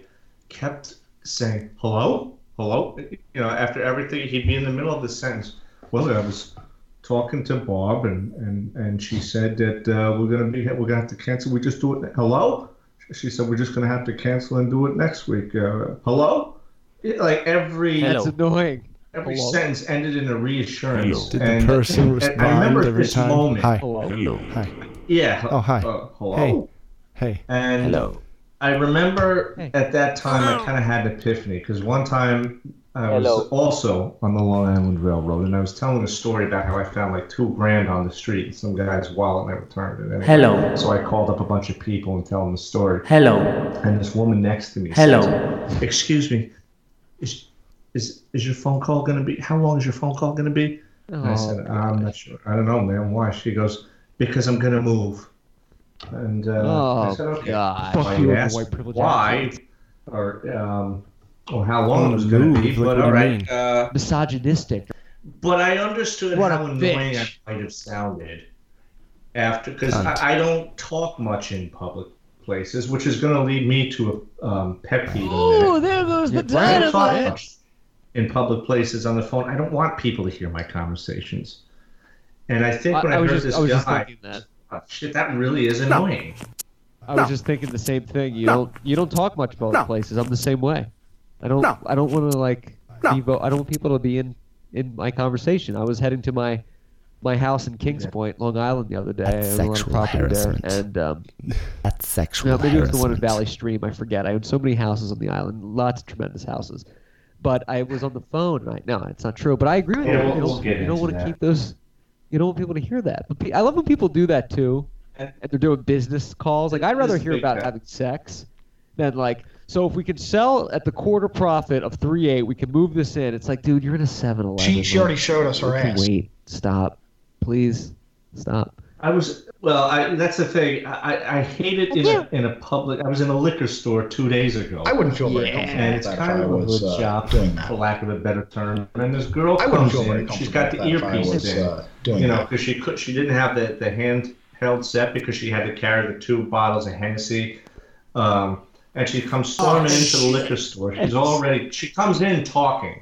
kept saying, hello, hello. You know, after everything, he'd be in the middle of the sentence. Well, I was talking to Bob, and, and, and she said that uh, we're going to be, we're going to have to cancel. We just do it. Hello? She said, we're just going to have to cancel and do it next week. Uh, hello? It- Like every
That's annoying.
every
Hello?
sentence ended in a reassurance.
Did
and-
the person
and
respond
I remember
every
this
time?
moment.
Hi.
Hello.
Hi.
Yeah.
Oh, hi.
uh, hello.
Hey. Hey.
And
Hello.
I remember
Hey.
at that time I kind of had an epiphany because one time I was
Hello.
also on the Long Island Railroad and I was telling a story about how I found like two grand on the street in some guy's wallet and I returned it. Anyway.
Hello.
So I called up a bunch of people and tell them the story.
Hello.
And this woman next to me.
Hello.
says, Excuse me. Is is is your phone call gonna be? How long is your phone call gonna be? And
Oh.
Oh,
I said, I'm not sure. I don't know, man. Why? She goes, because I'm gonna move. And uh, I
Oh,
said, okay.
God.
Fuck
Fuck
you.
you,
asked
white privilege
why, or um, or how
Oh,
long it was gonna be.
Move, like
But
what
all
I
right.
mean.
Uh,
misogynistic.
but I understood
What a
how annoying I
bitch.
might have sounded after, because
Cunt.
I, I don't talk much in public places, which is gonna lead me to a um, pet peeve. in a minute.
Ooh, there goes the
I don't talk
dynamite.
much in public places on the phone. I don't want people to hear my conversations. And I think when I,
was
heard
just,
this
I was just
guy,
thinking that.
"Oh, shit, that really is annoying.
I was just thinking the same thing. You don't you don't talk much about places. I'm the same way. I don't I don't want to like be vo- I don't want people to be in in my conversation. I was heading to my my house in Kings Point, Long Island, the other day. I own a lot of
sexual
property
harassment.
There, and um,
That's sexual.
no, maybe it was the one in
harassment.
Valley Stream. I forget. I own so many houses on the island, lots of tremendous houses. But I was on the phone, and I No, it's not true. But I agree with
Yeah,
you.
we'll-
you
we'll
don't,
get
you don't
into
want to
that.
keep those. You don't want people to hear that. But pe- I love when people do that too, and they're doing business calls. Like I'd rather
is a
hear
big
about
fact.
having sex than like. So if we can sell at the quarter profit of three eight, we can move this in. It's like, dude, you're in a Seven Eleven.
She, she already showed us her ass.
Wait, stop, please, stop.
I was well. I, that's the thing. I, I- I hate it in a, in a public. I was in a liquor store two days ago.
I wouldn't feel very comfortable
and it's
about
kind
that
of
if
a
I was,
hood
uh,
job,
doing that.
for lack of a better term. And this girl
I wouldn't
comes
feel very
in. She's got the
comfortable about that if I
earpieces
was,
in,
uh, doing
you know,
that.
because she could. She didn't have the the handheld set because she had to carry the two bottles of Hennessy. Um, and she comes
Oh,
storming into the liquor store. She's already. She comes in talking,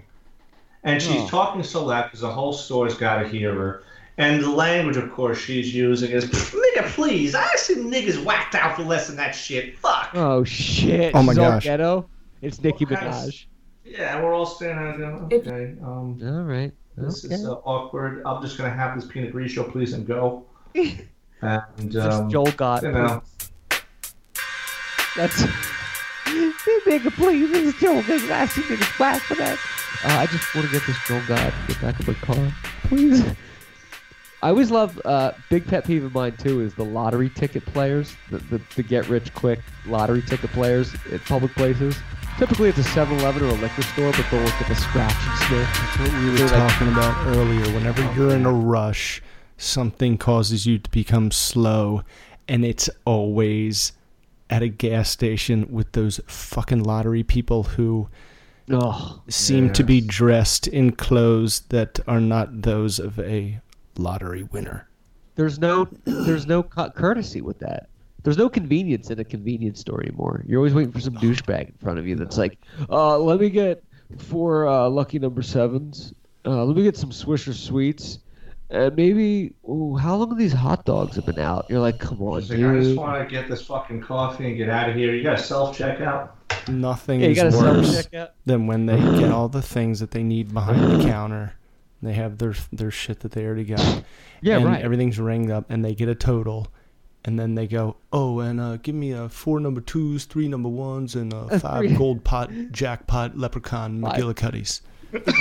and she's
Oh.
talking so loud because the whole store's got to hear her. And the language, of course, she's using is "nigga, please." I see niggas whacked out for less than that shit. Fuck.
Oh shit.
Oh my
She's all
gosh.
ghetto. It's Nicki
What kind of-
Minaj.
Yeah, we're all standing out going, okay, um,
All right.
this
Okay.
is uh, awkward. I'm just going to have this peanut grigio, please, and go. And
Just
um,
Joel got.
you know,
That's. nigga, please, this is Joel Nigga. I see niggas black for that. Uh, I just want to get this Joel God get back in my car, please. I always love uh, big pet peeve of mine too is the lottery ticket players, the, the, the get rich quick lottery ticket players at public places. Typically, it's a 7-Eleven or a liquor store, but they'll look at the scratch and sniff. That's what
we were talking about earlier. Whenever you're in a rush, something causes you to become slow, and it's always at a gas station with those fucking lottery people who seem to be dressed in clothes that are not those of a lottery winner.
There's no there's no co- courtesy with that. There's no convenience in a convenience store anymore. You're always waiting for some douchebag in front of you that's like, uh, let me get four uh, lucky number sevens. Uh, let me get some Swisher sweets. And maybe, ooh, how long have these hot dogs have been out? You're like, come on,
it's like, I just
dude.
want to get this fucking coffee and get out of here. You got to self checkout.
Nothing
Yeah, you gotta
is worse
self-check out.
than when they get all the things that they need behind the counter. They have their their shit that they already got.
Yeah,
and
right.
Everything's ringed up, and they get a total, and then they go, "Oh, and uh, give me uh, four number twos, three number ones, and uh,
A three-
five gold pot jackpot leprechaun
Five.
McGillicuddies."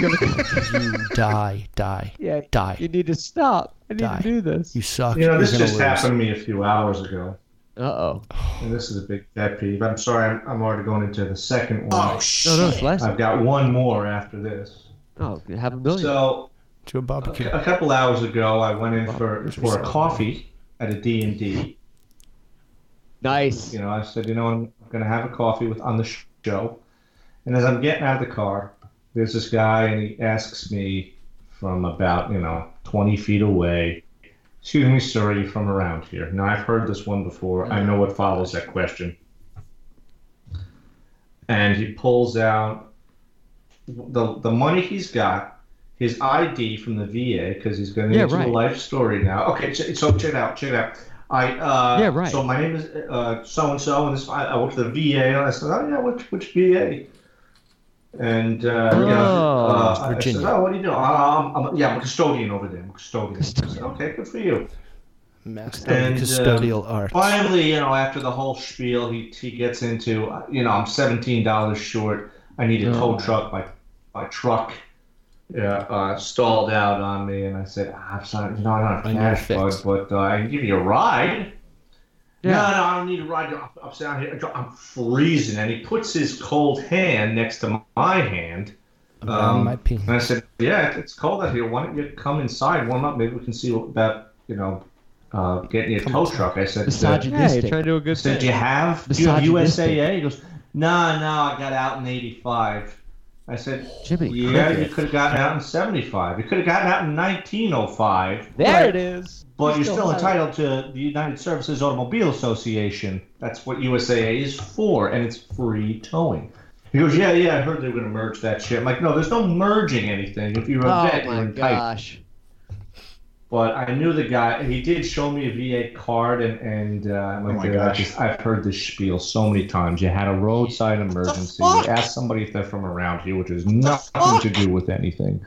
you die, die,
Yeah,
die.
You need to stop. I need
Die.
to do this.
You suck.
You know, this
You're gonna
just
lose.
happened to me a few hours ago.
Uh oh.
And this is a big pet peeve. I'm sorry, I'm, I'm already going into the second one. Oh,
No, no, it's less.
I've got one more after this.
Oh, you have a million.
So
to a barbecue.
a couple hours ago, I went in for, for a coffee at a D&D.
Nice.
You know, I said, you know, I'm going to have a coffee with on the sh- show. And as I'm getting out of the car, there's this guy, and he asks me from about, you know, 20 feet away, excuse me, sir, are you from around here? Now, I've heard this one before. I know what follows that question. And he pulls out the, the money he's got, his ID from the VA, because he's going to
Yeah,
into
right.
a life story now. Okay, ch- so check it out, check it out. I uh,
Yeah, right.
So my name is uh, so and so, and this I, I work for the VA. And I said, oh yeah, which which VA? And uh, you know,
Oh,
uh, I- I said,
Virginia.
oh, what do you do? Um, I'm, yeah, I'm a custodian over there. I'm a custodian. I said, okay, good for you.
Master
And,
custodial
uh,
arts.
Finally, you know, after the whole spiel, he he gets into, uh, you know, I'm seventeen dollars short. I need
Oh,
a tow truck. My my truck, yeah, uh, stalled out on me, and I said, "Ah, I'm sorry, you know, I don't
I
have
need a
cash, bud,
fix."
but uh, I can give you a ride.
Yeah.
No, no, I don't need a ride. I'm, I'm down here. I'm freezing, and he puts his cold hand next to my hand.
Oh,
Um,
my pee.
and I said, "Yeah, it's cold out here. Why don't you come inside, warm up? Maybe we can see about you know uh, getting you a tow truck." I said,
Misogynistic. Hey, try to do a good
I said,
thing.
"Do you have do you have
Misogynistic.
USAA?" He goes, "No, no, I got out in '85." I said,
Jimmy,
yeah,
cricket.
you could have gotten out in '75. You could have gotten out in 1905."
There
Right.
it is.
But you're still entitled to the United Services Automobile Association. That's what USAA is for, and it's free towing. He goes, yeah, yeah, I heard they were going to merge that shit. I'm like, no, there's no merging anything. If you're a
Oh
vet,
my
you're entitled.
gosh.
But I knew the guy. He did show me a VA card, and, and uh, I'm like,
Oh my
"Dude, I
gosh.
just, I've heard this spiel so many times. You had a roadside emergency. You asked somebody if they're from around here, which has nothing to do with anything.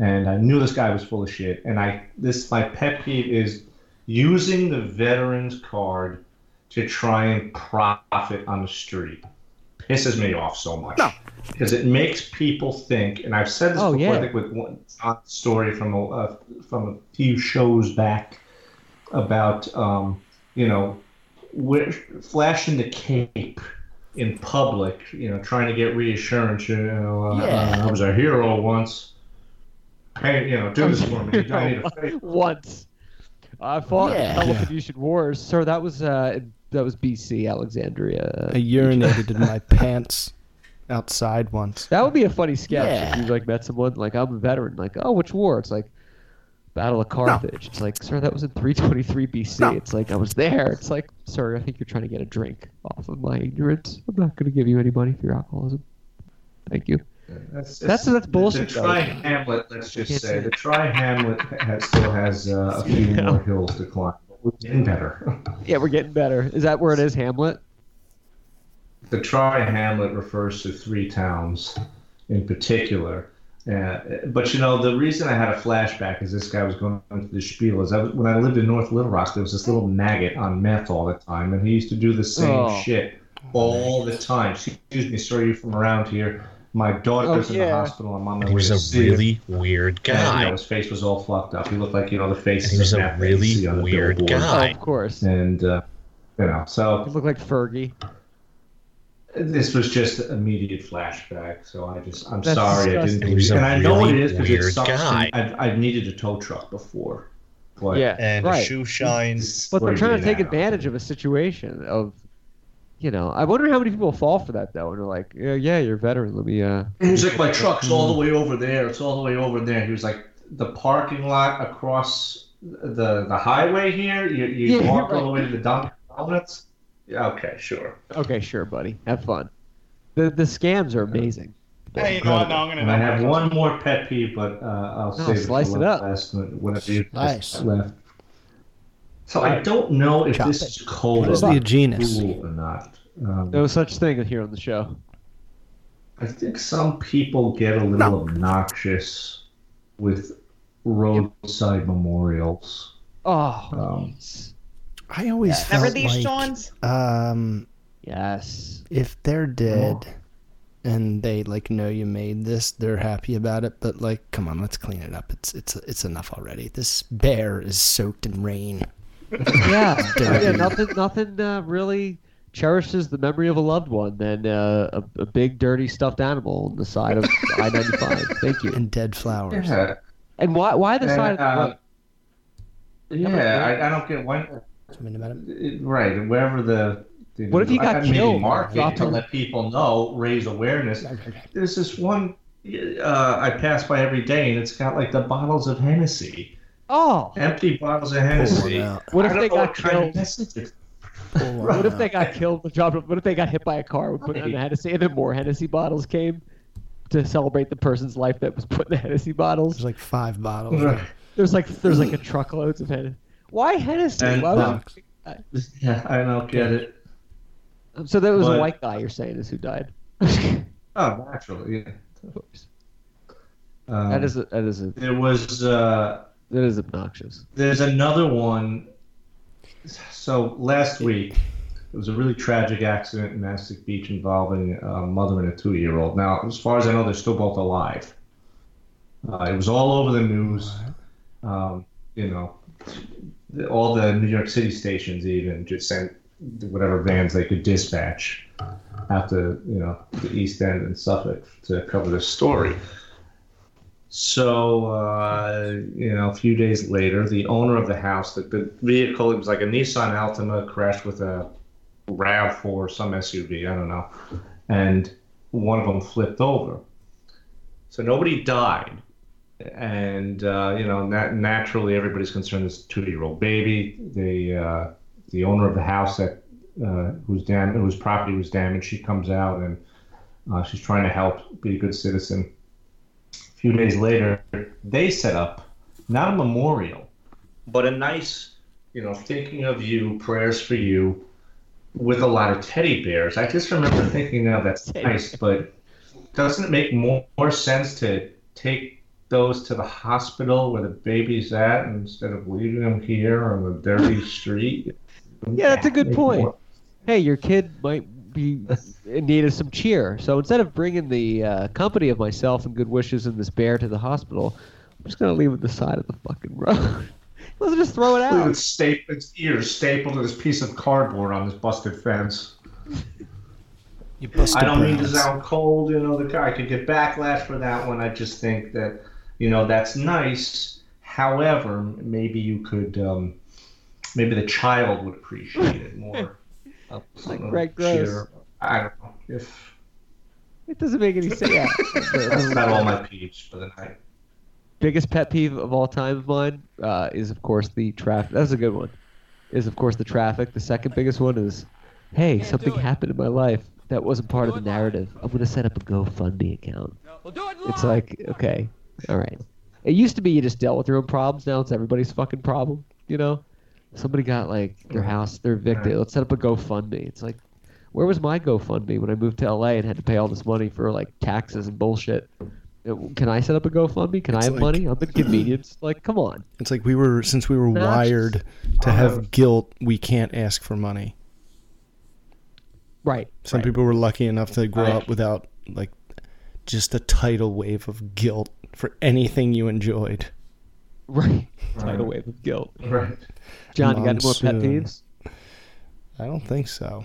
And I knew this guy was full of shit. And I this my pet peeve is using the veterans card to try and profit on the street. Pisses me off so much because it makes people think, and I've said this
Oh,
before,
yeah.
I think with one story from a uh, from a few shows back about um, you know wi- flashing the cape in public, you know, trying to get reassurance. You know, uh,
Yeah.
I was a hero once. Hey, you know, do this for me. I
Oh,
need a favor.
Once. I fought
Yeah.
in the Peloponnesian Wars. Sir, that was uh, that was BC, Alexandria.
I urinated in my pants outside once.
That would be a funny sketch
Yeah.
if you like met someone like I'm a veteran, like oh which war? It's like Battle of Carthage. It's like sir, that was in 323 BC. It's like I was there. It's like sir, I think you're trying to get a drink off of my ignorance. I'm not going to give you any money for your alcoholism. Thank you.
That's
That's that's bullshit.
The
though.
Tri Hamlet, let's just
Can't
say,
say.
the Tri Hamlet has, still has uh, a few more hills to climb. But we're getting better.
Yeah, we're getting better. Is that where it is, Hamlet?
The Tri Hamlet refers to three towns in particular. Uh, but you know, the reason I had a flashback is this guy was going into the spiel. Is I was, when I lived in North Little Rock, there was this little maggot on meth all the time, and he used to do the same
Oh.
shit all the time. Excuse me, sir, are you from around here? My daughter's
Oh,
in the
yeah.
hospital. I'm on my
He
way
was
to
a
see her.
really weird
Yeah, you know,
guy.
his face was all fluffed up. He looked like you know the face.
And he was
of
a
meth that you
really
see on the
weird
billboard.
guy. Aye.
Oh, of course.
And uh, you know,
You
so
look like Fergie.
this was just an immediate flashback. So I just, I'm
That's
sorry,
disgusting.
I
He
didn't.
was
do
a
it. and I know what
really
it is because
weird
it's something
guy.
I've, I've needed a tow truck before. But
Yeah.
And
right.
the shoe shines.
But
Where
they're
you
trying to
do
take
that.
advantage of a situation of, you know, I wonder how many people fall for that though, and they're like, yeah, yeah, you're a veteran. Let me. uh
He was like, my truck's all the way over there. It's all the way over there. He was like, the parking lot across the the highway here. You, you
Yeah,
walk
right.
all the way to the Dunkin' Donuts. Yeah, okay, sure.
Okay, sure, buddy. Have fun. The the scams are amazing.
Hey, you know what? No, I'm gonna.
And I
know
have
my cousin.
one more pet peeve, but uh, I'll
No,
save
slice
it,
it
for
up.
last. Whatever you just
Slice.
left. So I don't know if this is cold
Who's
or
the genus?
cool or not. Um,
No such thing here on the show.
I think some people get a little obnoxious with roadside memorials.
Oh,
Um,
yes.
I always felt
Remember these,
like,
Johns?
um,
yes.
if they're dead and they like know you made this, they're happy about it. But like, come on, let's clean it up. It's it's it's enough already. This bear is soaked in rain.
Yeah. yeah nothing. Nothing uh, really cherishes the memory of a loved one than uh, a, a big dirty stuffed animal on the side of I ninety five. Thank you.
and dead flowers.
Yeah,
And why why the
and,
side of the
uh,
road?
yeah, I, I don't get why
I mean, about it.
It- Right, and wherever the. the
What if you
I-
got
I mean,
killed?
Marketing
Drop
to
him.
let people know, raise awareness. There's this one uh, I pass by every day, and it's got like the bottles of Hennessy,
Oh,
empty bottles of
Pull
Hennessy.
one out.
what if
I don't
they
know
got
what kind of
killed?
message it's-
Pull one
What if
out.
they got killed? The job. What if they got hit by a car? We put in the
Right.
Hennessy, and then more Hennessy bottles came to celebrate the person's life that was put in the Hennessy bottles.
There's like five bottles.
Right.
There's like there's like a truckloads of Hennessy. Why Hennessy?
And,
Why would
um,
you-
Yeah, I don't get it.
so that was a
but-
white guy you're saying is who died.
Oh, naturally, yeah. Um,
that is a, that is a,
There was. Uh,
that is obnoxious.
There's another one. So last week, there was a really tragic accident in Mastic Beach involving a mother and a two-year-old. Now, as far as I know, they're still both alive. Uh, it was all over the news. Um, you know, the- all the New York City stations even just sent whatever vans they could dispatch out to you know the East End and Suffolk to cover this story. So uh, you know, a few days later, the owner of the house, the, the vehicle, it was like a Nissan Altima crashed with a Rav Four, some SUV, I don't know, and one of them flipped over. So nobody died, and uh, you know, nat- naturally, everybody's concerned is two-year-old baby. The uh, the owner of the house that uh, whose dam- whose property was damaged, she comes out and uh, she's trying to help, be a good citizen. A few days later, they set up not a memorial, but a nice, you know, thinking of you, prayers for you, with a lot of teddy bears. I just remember thinking now that's nice, but doesn't it make more, more sense to take those to the hospital where the baby's at instead of leaving them here on the dirty street?
Yeah, that's a good point. Hey, your kid might be in need of some cheer. So instead of bringing the uh, company of myself and good wishes and this bear to the hospital, I'm just gonna leave it at the side of the fucking road. Let's just throw it out.
It's, sta- its ears stapled to this piece of cardboard on this busted fence.
You
I don't mean to sound cold, you know. The guy could get backlash for that one. I just think that, you know, that's nice. However, maybe you could, um, maybe the child would appreciate it more. Uh,
Like Greg Gross.
cheer. I don't know if
It doesn't make any sense. Yeah.
that's not all my peeves for the night.
biggest pet peeve of all time of mine uh, is of course the traffic. That's a good one. Is of course the traffic. The second biggest one is, hey, something happened in my life that wasn't part of the narrative. I'm gonna set up a GoFundMe account. It's like okay, all right. It used to be you just dealt with your own problems. Now it's everybody's fucking problem. You know, somebody got like their house, they're evicted. Let's set up a GoFundMe. It's like, where was my GoFundMe when I moved to LA and had to pay all this money for like taxes and bullshit? It- Can I set up a GoFundMe? Can I have money? I'm inconvenienced. like, come on.
It's like we were since we were
No, it's
wired to have guilt, we can't ask for money.
Right.
Some people were lucky enough to grow up without like just a tidal wave of guilt for anything you enjoyed.
Right. Tidal wave of guilt.
Right.
John, you got any more pet
Monsoon.
peeves?
I don't think so.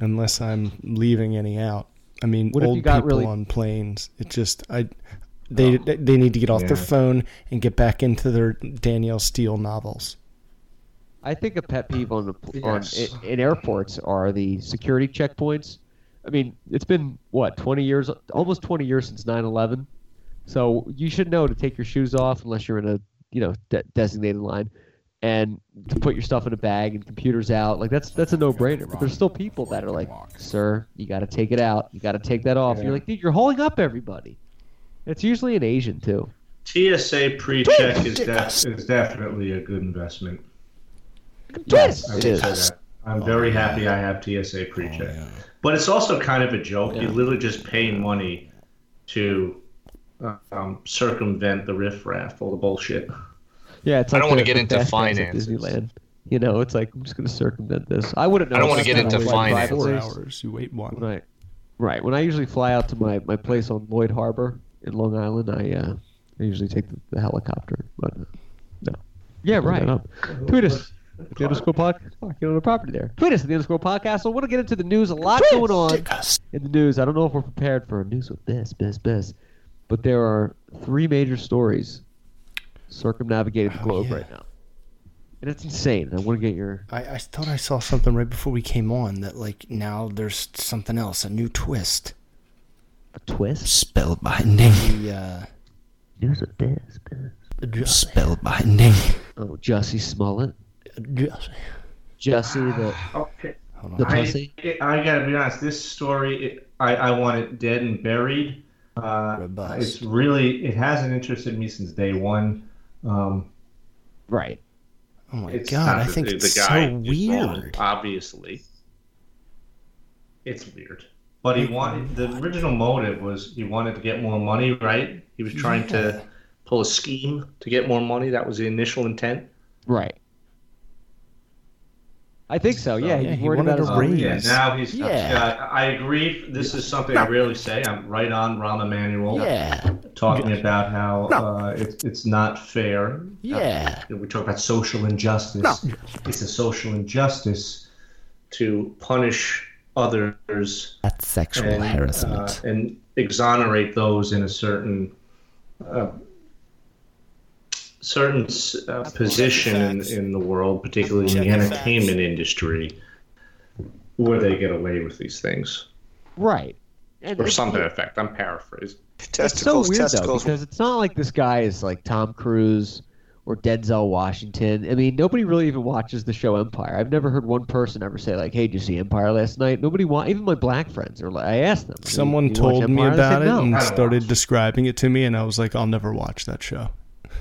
Unless I'm leaving any out. I mean,
What if
old
you got
people
really- Oh.
on planes. It just I they they need to get off
Yeah.
their phone and get back into their Danielle Steele novels.
I think a pet peeve on the pl-
Yes.
on in, in airports are the security checkpoints. I mean, it's been what 20 years, almost 20 years since 9/11. So you should know to take your shoes off unless you're in a you know de- designated line, and to put your stuff in a bag and computers out. Like that's that's a no-brainer. But there's still people that are like, "Sir, you got to take it out. You got to take that off."
Yeah.
You're like, "Dude, you're holding up everybody." It's usually an Asian too.
TSA pre-check is, def- is definitely a good investment.
Yes,
I
it
would say
is.
that. I'm very happy I have TSA pre-check, but it's also kind of a joke. You literally just pay money to uh, um, circumvent the riffraff, all the bullshit.
Yeah, it's
I
like
don't wanna
the-
get
the
into
fast times at
finances.
Disneyland. You know, it's like I'm just going to circumvent this. I wouldn't know.
I don't wanna
It's
get
not
into
like five
finances.
days.
Four hours, you wait one.
Right, right. When I usually fly out to my, my place on Lloyd Harbor in Long Island, I uh, I usually take the, the helicopter. But uh, no. Yeah,
Look
right.
that up.
Tweet us. The underscore podcast. Get on the property there. Tweet us at the underscore podcast. I want to get into the news. A lot going on in the news. I don't know if we're prepared for news with this, this, this, but there are three major stories circumnavigating the globe right now, and it's insane. I want to get your
I, I thought I saw something right before we came on that like now there's something else, a new twist.
A twist?
Spelled by name. The, uh,
news with this.
Spelled by name.
Oh, Jussie Smollett. Jussie the
Okay.
the
I,
pussy.
I- I gotta be honest. This story, it, I, I want it dead and buried. Uh, it's really, it hasn't interested me since day one. Um,
right.
Oh my
It's
god!
not
I
the-
think
the
it's
guy
so
is wrong,
weird.
obviously, it's weird. But he wanted the original motive was he wanted to get more money, right? He was trying
Yeah.
to pull a scheme to get more money. That was the initial intent.
Right. I think so. Yeah,
Yeah,
he's
he
worried
wanted
about his
a
own-
raise. Um, Yeah, now he's-
Yeah.
Uh, I agree. This is something I rarely say. I'm right on Rahm Emanuel.
Yeah.
Talking about how uh, it's it's not fair.
Yeah.
Uh, we talk about social injustice. It's a social injustice
to punish others.
That's sexual
and,
harassment.
uh, and exonerate those in a certain uh, certain uh, position in, in the world, particularly in the entertainment industry, where they get away with these things
Right. And
or
it's-
something to that effect. I'm paraphrasing.
It's so weird though because it's not like this guy is like Tom Cruise or Denzel Washington. I mean, nobody really even watches the show Empire. I've never heard one person ever say like, "Hey, did you see Empire last night?" Nobody wa- even my black friends are. Like, I asked them. "Did you-
Someone
did you watch
told me
Empire?" They said,
about it
"No."
and started describing it to me, and I was like, I'll never watch that show.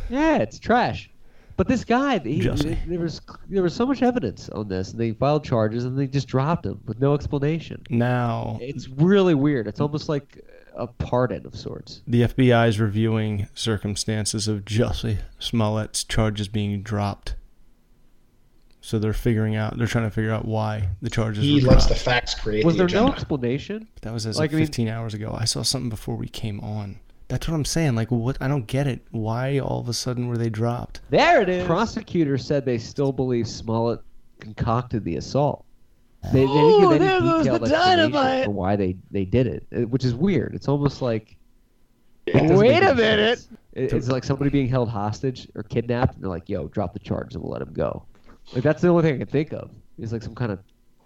Yeah, it's trash. But this guy, he,
Jesse.
there was there was so much evidence on this, and they filed charges, and they just dropped him with no explanation.
Now
it's really weird. It's almost like a pardon of sorts.
The FBI is reviewing circumstances of Jussie Smollett's charges being dropped. So they're figuring out, they're trying to figure out why the charges
He
were
lets the
dropped.
facts create
Was
the
there
agenda.
no explanation?
That was as
Like,
of
I mean-
15 hours ago. I saw something before we came on. That's what I'm saying. Like, what? I don't get it. Why all of a sudden were they dropped?
There it is. Prosecutors said they still believe Smollett concocted the assault. They, they didn't
Ooh,
give any
Oh, there goes
detailed
the
explanation
dynamite.
for why they, they did it, uh, which is weird. It's almost like it doesn't
Wait
make
a
any
minute.
sense. It- It's like somebody being held hostage or kidnapped, and they're like, "Yo, drop the charges and we'll let him go." Like that's the only thing I can think of. It's like some kind of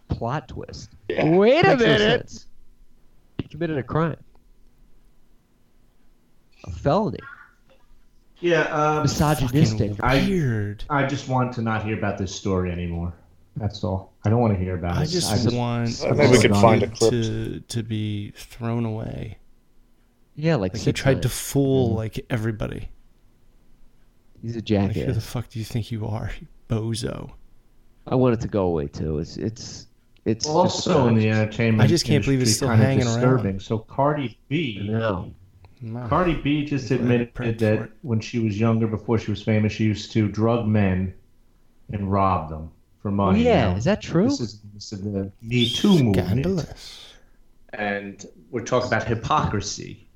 plot twist.
Wait a
Makes no
minute.
sense. He committed a crime, a felony,
Yeah, uh,
um,
misogynistic.
Weird.
I just want to not hear about this story anymore. That's all. I don't want to hear about
I
it.
just, want to to be thrown away.
Yeah, like,
he
six
tried to
times.
fool like everybody.
He's a
Like, who the
jackass.
fuck do you think you are, you bozo?
I want it to go away too. It's it's it's just uh,
also in the
obnoxious.
entertainment.
I just can't believe it's
industry,
still
kind of
hanging around. uh,
disturbing. So Cardi B. Cardi B just admitted that when she was younger, before she was famous, she used to drug men and rob them for money.
Oh, yeah,
Now,
is that true?
This is, this is the Me Too movement. And we're talking about hypocrisy.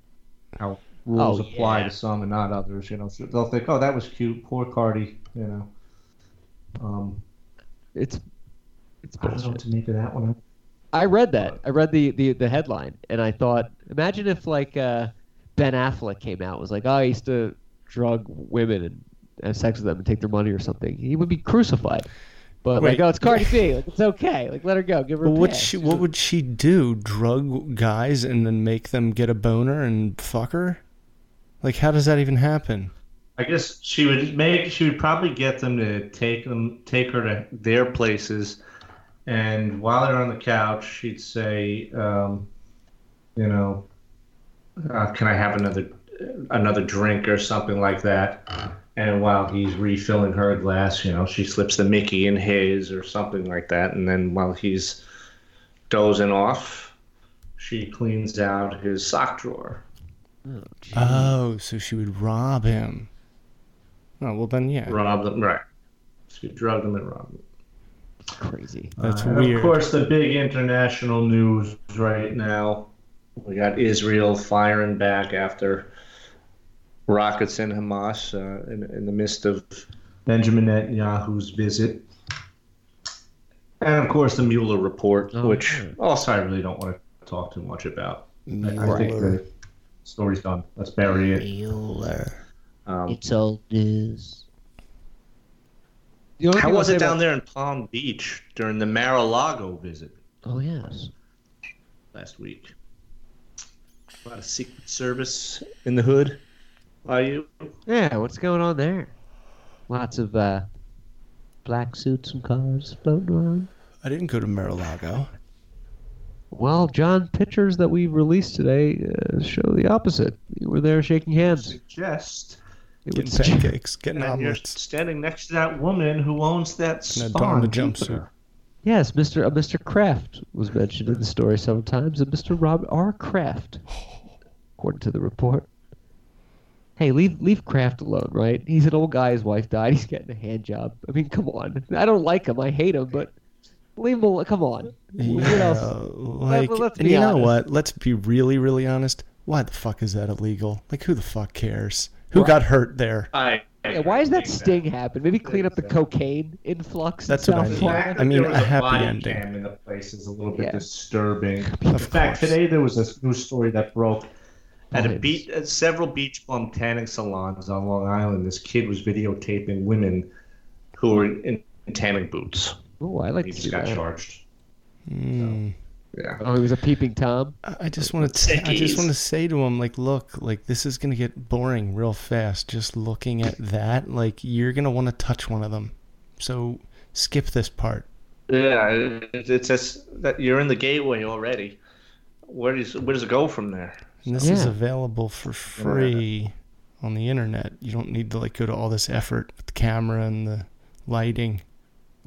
How rules
Oh,
apply
yeah.
to some and not others. You know, so they'll think, "Oh, that was cute. Poor Cardi." You know. Um,
it's it's
I don't know what to make of that one.
I read that. I read the, the, the headline, and I thought, imagine if like uh, Ben Affleck came out and was like, "Oh, I used to drug women and have sex with them and take their money or something." He would be crucified. But
Wait.
like, oh, it's Cardi B. Like, it's okay. Like, let her go. Give her.
But
a
what
pass.
she what would she do? Drug guys and then make them get a boner and fuck her? Like how does that even happen?
I guess she would make. She would probably get them to take them, take her to their places, and while they're on the couch, she'd say, um, you know, uh, "Can I have another, another drink or something like that?" And while he's refilling her glass, you know, she slips the Mickey in his or something like that, and then while he's dozing off, she cleans out his sock drawer.
Oh, so she would rob him. Oh well then yeah.
Rob them, right? She drugged them and robbed them.
Crazy.
That's
Uh, and
weird.
Of course, the big international news right now. We got Israel firing back after rockets in Hamas uh, in, in the midst of Benjamin Netanyahu's visit. And of course, the Mueller report, which also I really don't want to talk too much about. I- I think
Mueller.
the story's done. Let's bury it.
Mueller.
Um,
It's old news.
The only
How
thing I'll
was
say
it down
about-
there in Palm Beach during the Mar-a-Lago visit
Oh yes.
last week? A lot of Secret Service in the hood. Are you?
Yeah. What's going on there? Lots of uh, black suits and cars floating around.
I didn't go to Mar-a-Lago.
Well, John, pictures that we released today uh, show the opposite. You were there shaking hands.
Just
It
Getting
would
pancakes, getting
and you're
omelets,
standing next to that woman who owns that
and a
spa.
Dharma
in
jumpsuit.
Jupiter.
Yes, Mr. Uh, Mr. Kraft was mentioned in the story several times, and Mr. Rob R. Kraft, according to the report. Hey, leave leave Kraft alone, right? He's an old guy. His wife died. He's getting a hand job. I mean, come on. I don't like him. I hate him, but leave him. alone. Come on. What
Yeah,
else?
Like,
Let- let's
and
be
you know
honest.
what? Let's be really, really honest. Why the fuck is that illegal? Like, who the fuck cares? Who got hurt there?
I
Yeah, why is that sting happen? Maybe clean up the cocaine influx.
That's
in
what I
South
mean.
Florida?
I mean, a happy body ending. cam in the place is a little bit
Yeah.
disturbing. In fact, today there was a news story that broke. At a beach, at several beach bum tanning salons on Long Island, this kid was videotaping women who were in, in tanning boots.
Oh, I like
he
to
just
see
got
that.
charged.
Hmm.
Yeah.
Oh, he was a peeping tom.
I just want to. I just want to say to him, like, look, like this is gonna get boring real fast. Just looking at that, like, you're gonna want to touch one of them. So skip this part.
Yeah, it, it's as that you're in the gateway already. Where does where does it go from there?
And this is
Yeah.
available for free on the internet. You don't need to like go to all this effort with the camera and the lighting.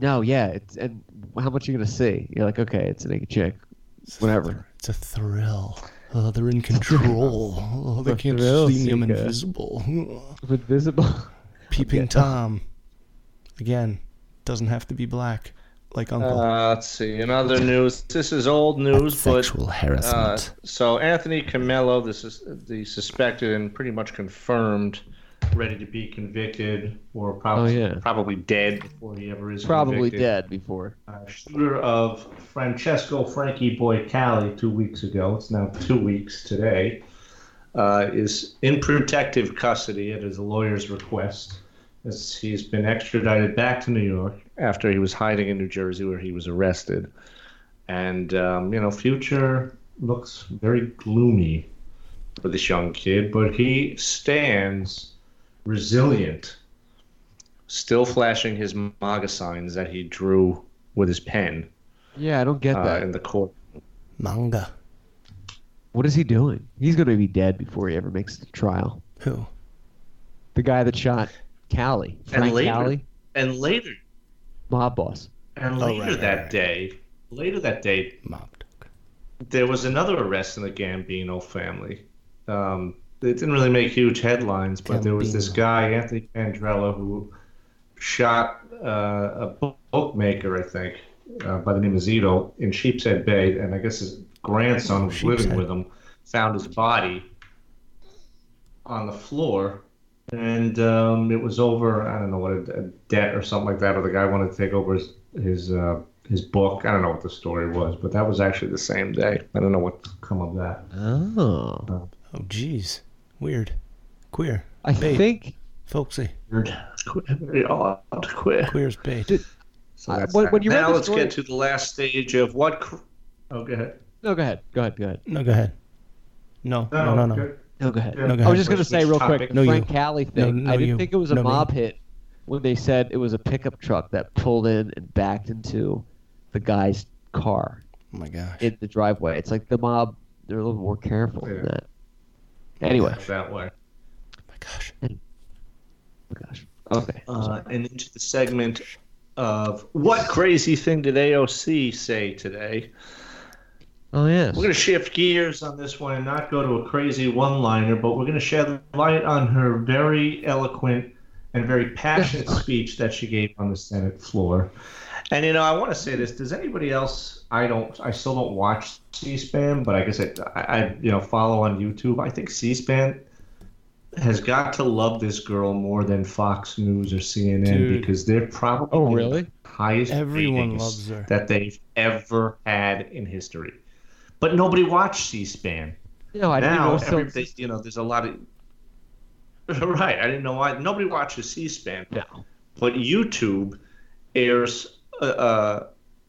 No, yeah, it's and how much are you gonna see? You're like, okay, it's a naked chick, whatever.
It's a thrill. Oh, they're in control. Oh, they
The
can't
thrill
see me. I'm
seeker.
invisible.
Invisible.
Peeping
Yeah.
Tom. Again, doesn't have to be black, like Uncle.
Uh, let's see. In other news, this is old news, but
uh,
sexual
harassment.
so Anthony Camello, this is the suspected and pretty much confirmed, ready to be convicted or probably
Oh, yeah.
probably dead before he ever is
Probably
convicted.
dead before.
uh,
Shooter of Francesco Frankie Boy Cali two weeks ago. It's now two weeks today.
uh, is in protective custody at his lawyer's request. As he's been extradited back to New York after he was hiding in New Jersey where he was arrested. And, um, you know, future looks very gloomy for this young kid, but he stands resilient, still flashing his MAGA signs that he drew with his pen
Yeah, I don't get
uh,
that.
in the court.
Manga. What is he doing? He's gonna be dead before he ever makes the trial.
Who?
The guy that shot Callie. Frank
later-
Callie,
And later
mob boss.
And
Oh,
later
right, right,
that
right.
day, later that day, there was another arrest in the Gambino family. Um, it didn't really make huge headlines, but there was this guy, Anthony Pandrella, who shot uh, a bookmaker, I think, uh, by the name of Zito, in Sheepshead Bay, and I guess his grandson was living
Sheepshead.
with him, found his body on the floor and um, it was over. I don't know what a, a debt or something like that, or the guy wanted to take over his his, uh, his book. I don't know what the story was, but that was actually the same day. I don't know what come of that.
Oh.
Oh, jeez. Weird. Queer.
I think-
Folksy.
Weird. Very odd. Queer.
Queer's bait.
So
I-
that's
when-
that.
when you read
now
the
let's
story-
get to the last stage of what. Cr- oh, go ahead.
No, go ahead. Go ahead. Go ahead.
No, go ahead. No, no, no, no.
No, go ahead.
No, go ahead.
I was just going to
Which-
say
which
real
topic?
quick the
No, you.
Frank Cali thing.
No, no,
I didn't
you.
think it was a
No, me.
mob hit when they said it was a pickup truck that pulled in and backed into the guy's car
Oh my gosh.
in the driveway. It's like the mob, they're a little more careful than that. Anyway.
that way.
Oh, gosh. Okay.
Uh, and into the segment of what crazy thing did AOC say today?
Oh, yes.
We're going to shift gears on this one and not go to a crazy one liner, but we're going to shed light on her very eloquent and very passionate speech that she gave on the Senate floor. And, you know, I want to say this. Does anybody else? I don't, I still don't watch C SPAN, but I guess I, I, I, you know, follow on YouTube. I think C SPAN has got to love this girl more than Fox News or CNN
Dude.
because they're probably
oh really
highest
Everyone
ratings
loves her.
that they've ever had in history. But nobody watched C-SPAN.
No, I didn't
now,
know so-
everybody- you know, there's a lot of right. I didn't know why nobody watches C-SPAN.
No,
but YouTube airs uh, uh,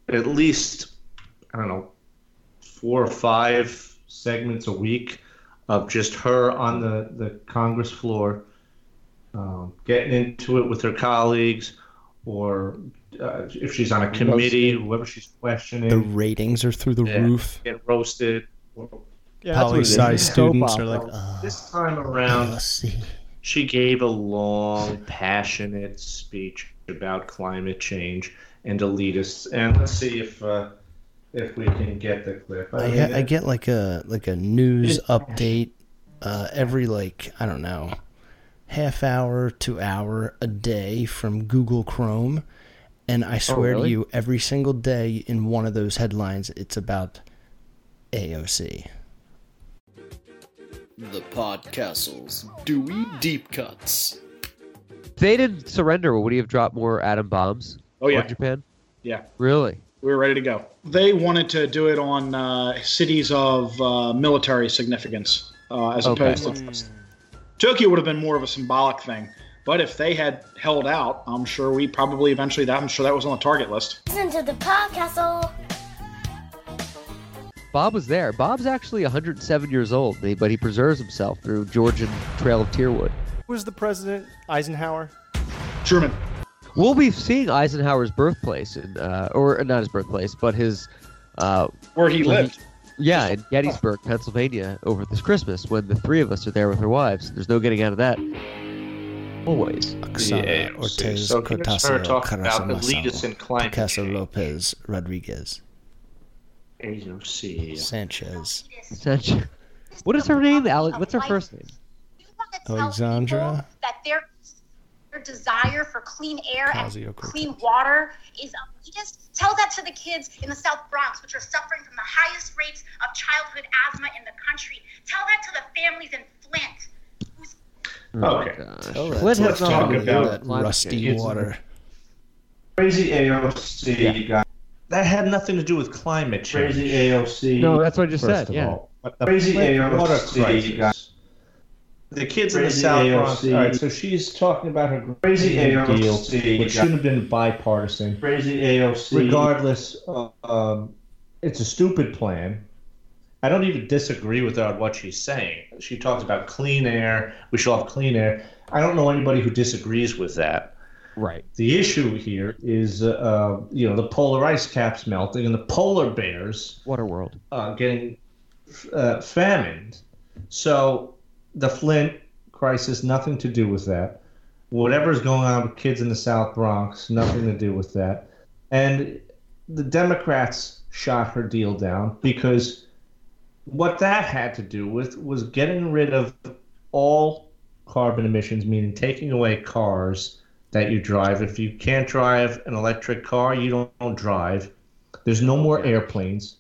at least I don't know four or five segments a week of just her on the the Congress floor, um, getting into it with her colleagues, or uh, if she's on a committee, whoever she's questioning,
The ratings are through the
Yeah,
roof.
get roasted.
Yeah, that's what it is. Poli-sci students are like,
"Uh,
this time around, she gave a long, passionate speech about climate change and elitists. And let's see if uh, if we can get the clip.
I,
mean,
ha- I get like a like a news update uh, every like I don't know half hour to hour a day from Google Chrome, and
Oh,
I swear to
really?
you, every single day in one of those headlines, it's about AOC.
The Podcastles Dewey Deep Cuts.
If they didn't surrender, would he have dropped more atom bombs?
Oh, yeah.
on Japan.
Yeah.
Really?
We were ready to go. They wanted to do it on uh, cities of uh, military significance, uh, as
Okay.
opposed to Tokyo would have been more of a symbolic thing. But if they had held out, I'm sure we probably eventually that I'm sure that was on the target list.
Listen to the podcastle.
Bob was there. Bob's actually 107 years old, but he preserves himself through Georgian Trail of Tearwood.
Who was the president? Eisenhower.
Truman.
We'll be seeing Eisenhower's birthplace, in, uh, or not his birthplace, but his uh,
where he lived.
yeah, in Gettysburg, Pennsylvania, over this Christmas when the three of us are there with our wives. There's no getting out of that. Always.
Oksana Ortez
So can you
Cortázar
start talking about
Carrasco
elitists
Massaro,
and climate
Picasso Lopez Rodriguez
Agency.
oh.
Sanchez.
Sanchez. What is her name? Alex, what's her first name?
Alexandra.
that their, their desire for clean air and
Ocasio-Cortez.
clean water is elitist. Tell that to the kids in the South Bronx, which are suffering from the highest rates of childhood asthma in the country. Tell that to the families in Flint.
Okay.
Alright,
Let's
let's
talk
talk
about
about rusty
climate change.
water.
Crazy AOC guy. That had nothing to do with climate change.
Crazy AOC.
No, that's what I just
first
said,
of
yeah.
all. But the
Crazy
planet water
AOC guy.
crisis.
The kids in the
Crazy
South Bronx.
AOC.
All right, so she's talking about her crazy
Green Deal,
AOC
which
guy.
should have been bipartisan.
Crazy AOC.
Regardless, uh, um, it's a stupid plan.
I don't even disagree with her on what she's saying. She talks about clean air. We shall have clean air. I don't know anybody who disagrees with that.
Right.
The issue here is, uh, uh, you know, the polar ice caps melting and the polar bears
Water World
uh, getting uh, famined. So the Flint crisis, nothing to do with that. Whatever's going on with kids in the South Bronx, nothing to do with that. And the Democrats shot her deal down because what that had to do with was getting rid of all carbon emissions, meaning taking away cars that you drive. If you can't drive an electric car, you don't, don't drive. There's no more airplanes.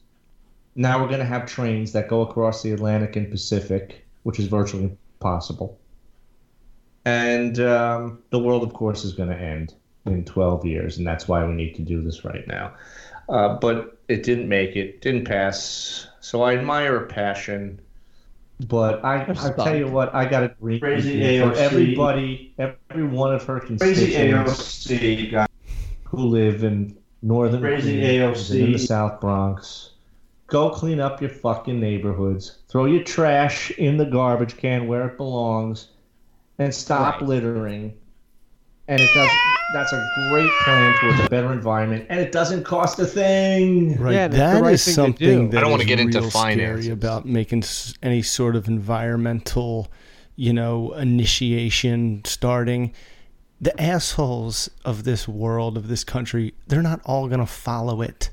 Now we're going to have trains that go across the Atlantic and Pacific, which is virtually impossible. And um, the world, of course, is going to end in 12 years, and that's why we need to do this right now.
Uh, but it didn't make it. Didn't pass. So I admire her passion.
But I, I
Respect.
tell you what, I got to agree
Crazy
with you. for
AOC.
everybody, every one of her
Crazy
constituents
AOC guy.
who live in northern
Crazy
Queens and in the
AOC.
South Bronx. Go clean up your fucking neighborhoods. Throw your trash in the garbage can where it belongs, and stop littering. And it does. That's a great plan towards a better environment, and it doesn't cost a thing.
Right. that is something that
I don't
want
wanna
to
get into finances.
Scary about making s- any sort of environmental, you know, initiation starting. The assholes of this world of this country, they're not all gonna follow it.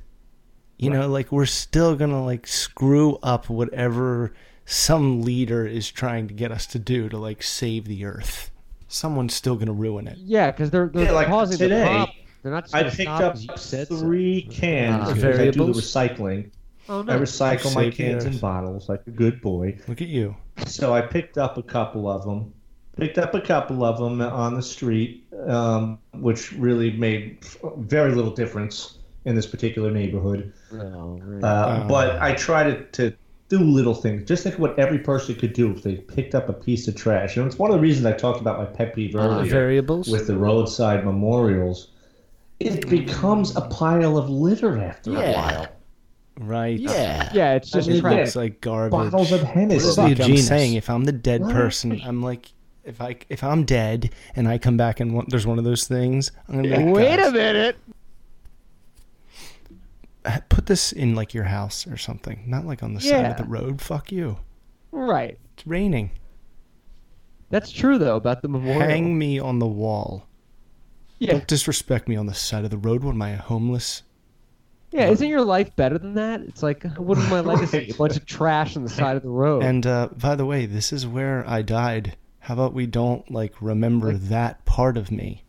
You know, like we're still gonna like screw up whatever some leader is trying to get us to do to like save the earth. Someone's still gonna ruin it.
Yeah, because they're they're
Yeah, like
causing
today,
the problem. They're not just
I
gonna
picked
stop
up
'cause you said so.
three cans
Ah.
because I do the
Variables?
recycling.
Oh,
I
nice.
recycle my
Save the
cans and
earth.
bottles like a good boy.
Look at you.
So I picked up a couple of them. Picked up a couple of them on the street, um, which really made f- very little difference in this particular neighborhood.
Oh, really?
Uh, but I try to, to do little things. Just think what every person could do if they picked up a piece of trash. And it's one of the reasons I talked about my pet peeve earlier
variables?
with the roadside memorials. It becomes a pile of litter after a
Yeah.
while.
Right.
Yeah.
Yeah, it's
I
just
mean,
crap.
again,
It's like garbage.
Bottles of Hennessy.
Look, I'm
Genius.
saying if I'm the dead
What?
person, I'm like, if I if I'm dead and I come back and want, there's one of those things, I'm gonna be like,
Wait a
"Guys,
minute.
Put this in like your house or something, not like on the side
Yeah.
of the road. Fuck you.
Right.
It's raining.
That's true though about the memorial.
Hang me on the wall.
Yeah.
Don't disrespect me on the side of the road. What am I, a homeless?
Yeah, isn't your life better than that? It's like, uh, what is my legacy? A bunch of trash on the side of the road.
And uh, by the way, this is where I died. How about we don't like remember that part of me?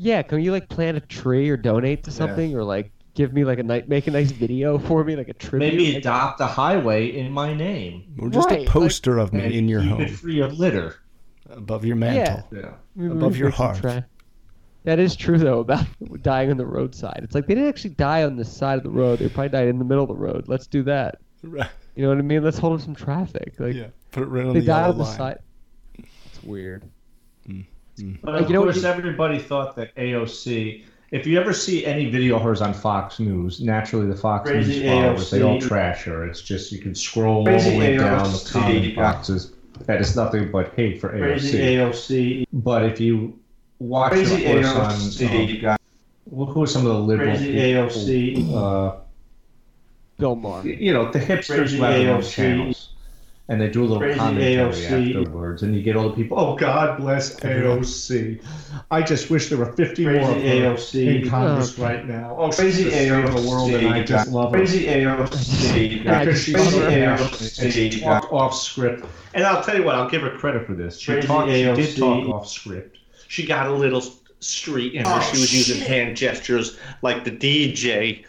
yeah, can you like plant a tree or donate to something or like give me like a night, make a nice video for me, like a tribute?
Maybe
Like,
adopt a highway in my name.
Or just
Right,
a
like-
poster of me in your
Keep
home.
it free of litter.
above your mantle,
Yeah.
maybe we
above your
make some
heart.
tra- That is true though about dying on the roadside. It's like they didn't actually die on the side of the road. They probably died in the middle of the road. Let's do that.
Right.
You know what I mean? Let's hold up some traffic. Like
Yeah, put it right on
they
the
died
yellow
on the
line.
side. It's weird.
But
Like,
of
you know what
course, everybody thought that AOC. If you ever see any video of hers on Fox News, naturally the Fox
Crazy
News followers they all
AOC.
trash her. It's just you can scroll all
Crazy
the way down the
AOC.
comment boxes. That is nothing but hate for AOC.
Crazy
AOC. But if you watch
Crazy
her course
AOC.
on, um, look who are some of the liberal
Crazy
people?
AOC.
Uh,
Bill Maher.
You know the hipsters
Crazy
left on
AOC.
channels, and they do a little
Crazy
commentary
AOC.
afterwards, and you get all the people. Oh God bless AOC. I just wish there were 50 more of
Crazy
her
AOC.
in Congress
Oh.
right now. Oh,
Crazy
she's the savior of the world, and I
AOC.
just love her.
Crazy AOC.
because she's
Crazy
so passionate,
AOC.
and she talked off script. And I'll tell you what, I'll give her credit for this. She,
Crazy
talked, she did
AOC.
talk off script. She got a little street in her.
Oh,
she was using
shit.
hand gestures like the DJ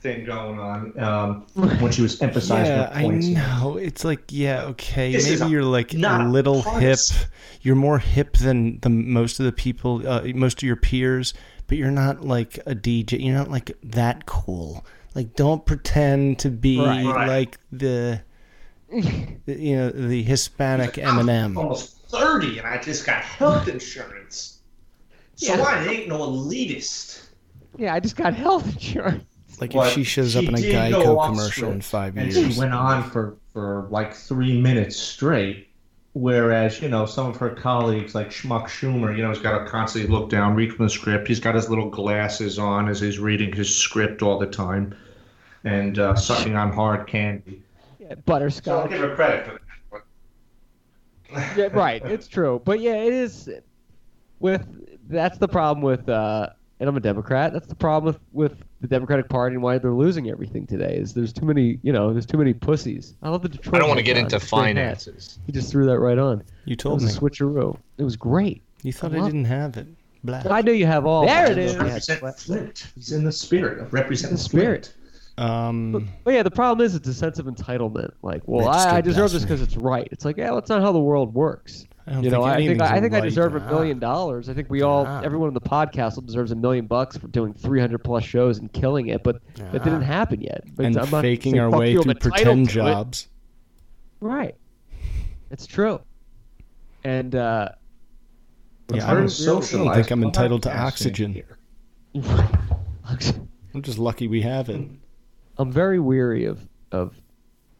thing going on um, when she was emphasizing
yeah,
her
I
points.
know. It's like, yeah, okay,
This is
maybe you're like a
not
little
parts.
hip. You're more hip than the most of the people, uh, most of your peers, but you're not like a DJ. You're not like that cool. Like, don't pretend to be
Right. Right.
like the, the, you know, the Hispanic Eminem.
almost 30 and I just got health insurance. So
Yeah.
I ain't no elitist.
Yeah, I just got health insurance.
Like
But
if she shows up in a
did go
Geico
off
commercial in
script,
five
and
years,
she went on for, for like three minutes straight. Whereas, you know, some of her colleagues like Schmuck Schumer, you know, he's got to constantly look down, read from the script. He's got his little glasses on as he's reading his script all the time and uh, sucking on hard candy.
Yeah, butterscotch.
give her credit for that.
yeah, right. It's true, but yeah, it is. With that's the problem with, uh, and I'm a Democrat. That's the problem with, with the Democratic Party and why they're losing everything today. Is there's too many, you know, there's too many pussies. I love the Detroit.
I don't want to
hat
get
on.
into
It's a great hat.
finances.
He just threw that right on.
You
told
it was A switcheroo. It was great.
You thought
I
I
love
didn't have it. Black.
I know you have all.
There it
Yeah,
is.
it's-
Represent Flint. He's in the spirit of representing
Spirit.
Um,
But yeah, the problem is it's a sense of entitlement. Like, well,
That's
I, I
still
deserve this because it's right. It's like, yeah, well, it's not how the world works.
I don't
you know,
think
I think
anything's
I, I think I
right.
deserve
Nah.
a million dollars. I think we all,
Nah.
everyone on the podcast, deserves a million bucks for doing 300 plus shows and killing it. But that didn't happen yet. But
and
I'm not
faking
saying,
our
"Fuck
way
you, I'm
through
entitled
pretend
to it."
jobs.
Right. It's true. And uh,
Yeah,
Yeah,
I
I
don't,
was socialized
think I'm entitled to
podcasting
oxygen. I'm just lucky we have it.
I'm very weary of of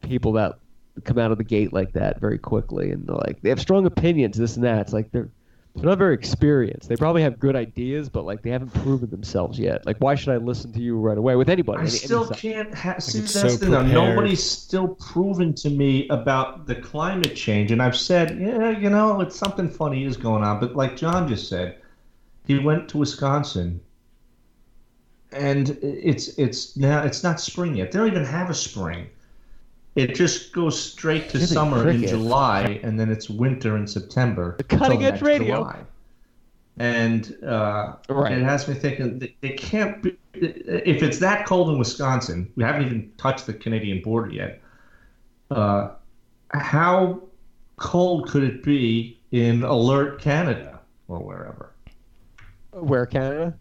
people that come out of the gate like that very quickly and they're like they have strong opinions this and that it's like they're they're not very experienced they probably have good ideas but like they haven't proven themselves yet like why should i listen to you right away with anybody
I
Any- any
still
side.
can't ha- see
it's
that's
so
the thing. though.
prepared.
Nobody's still proven to me about the climate change, and I've said, yeah, you know, it's something funny is going on. But like John just said, he went to Wisconsin, and it's it's now it's not spring yet. They don't even have a spring. It just goes straight to
Really
summer in
crickets.
July, and then it's winter in September. The
cutting edge radio.
and uh,
Right.
it has me thinking that it can't be if it's that cold in Wisconsin. We haven't even touched the Canadian border yet. Uh, how cold could it be in alert Canada or wherever?
where canada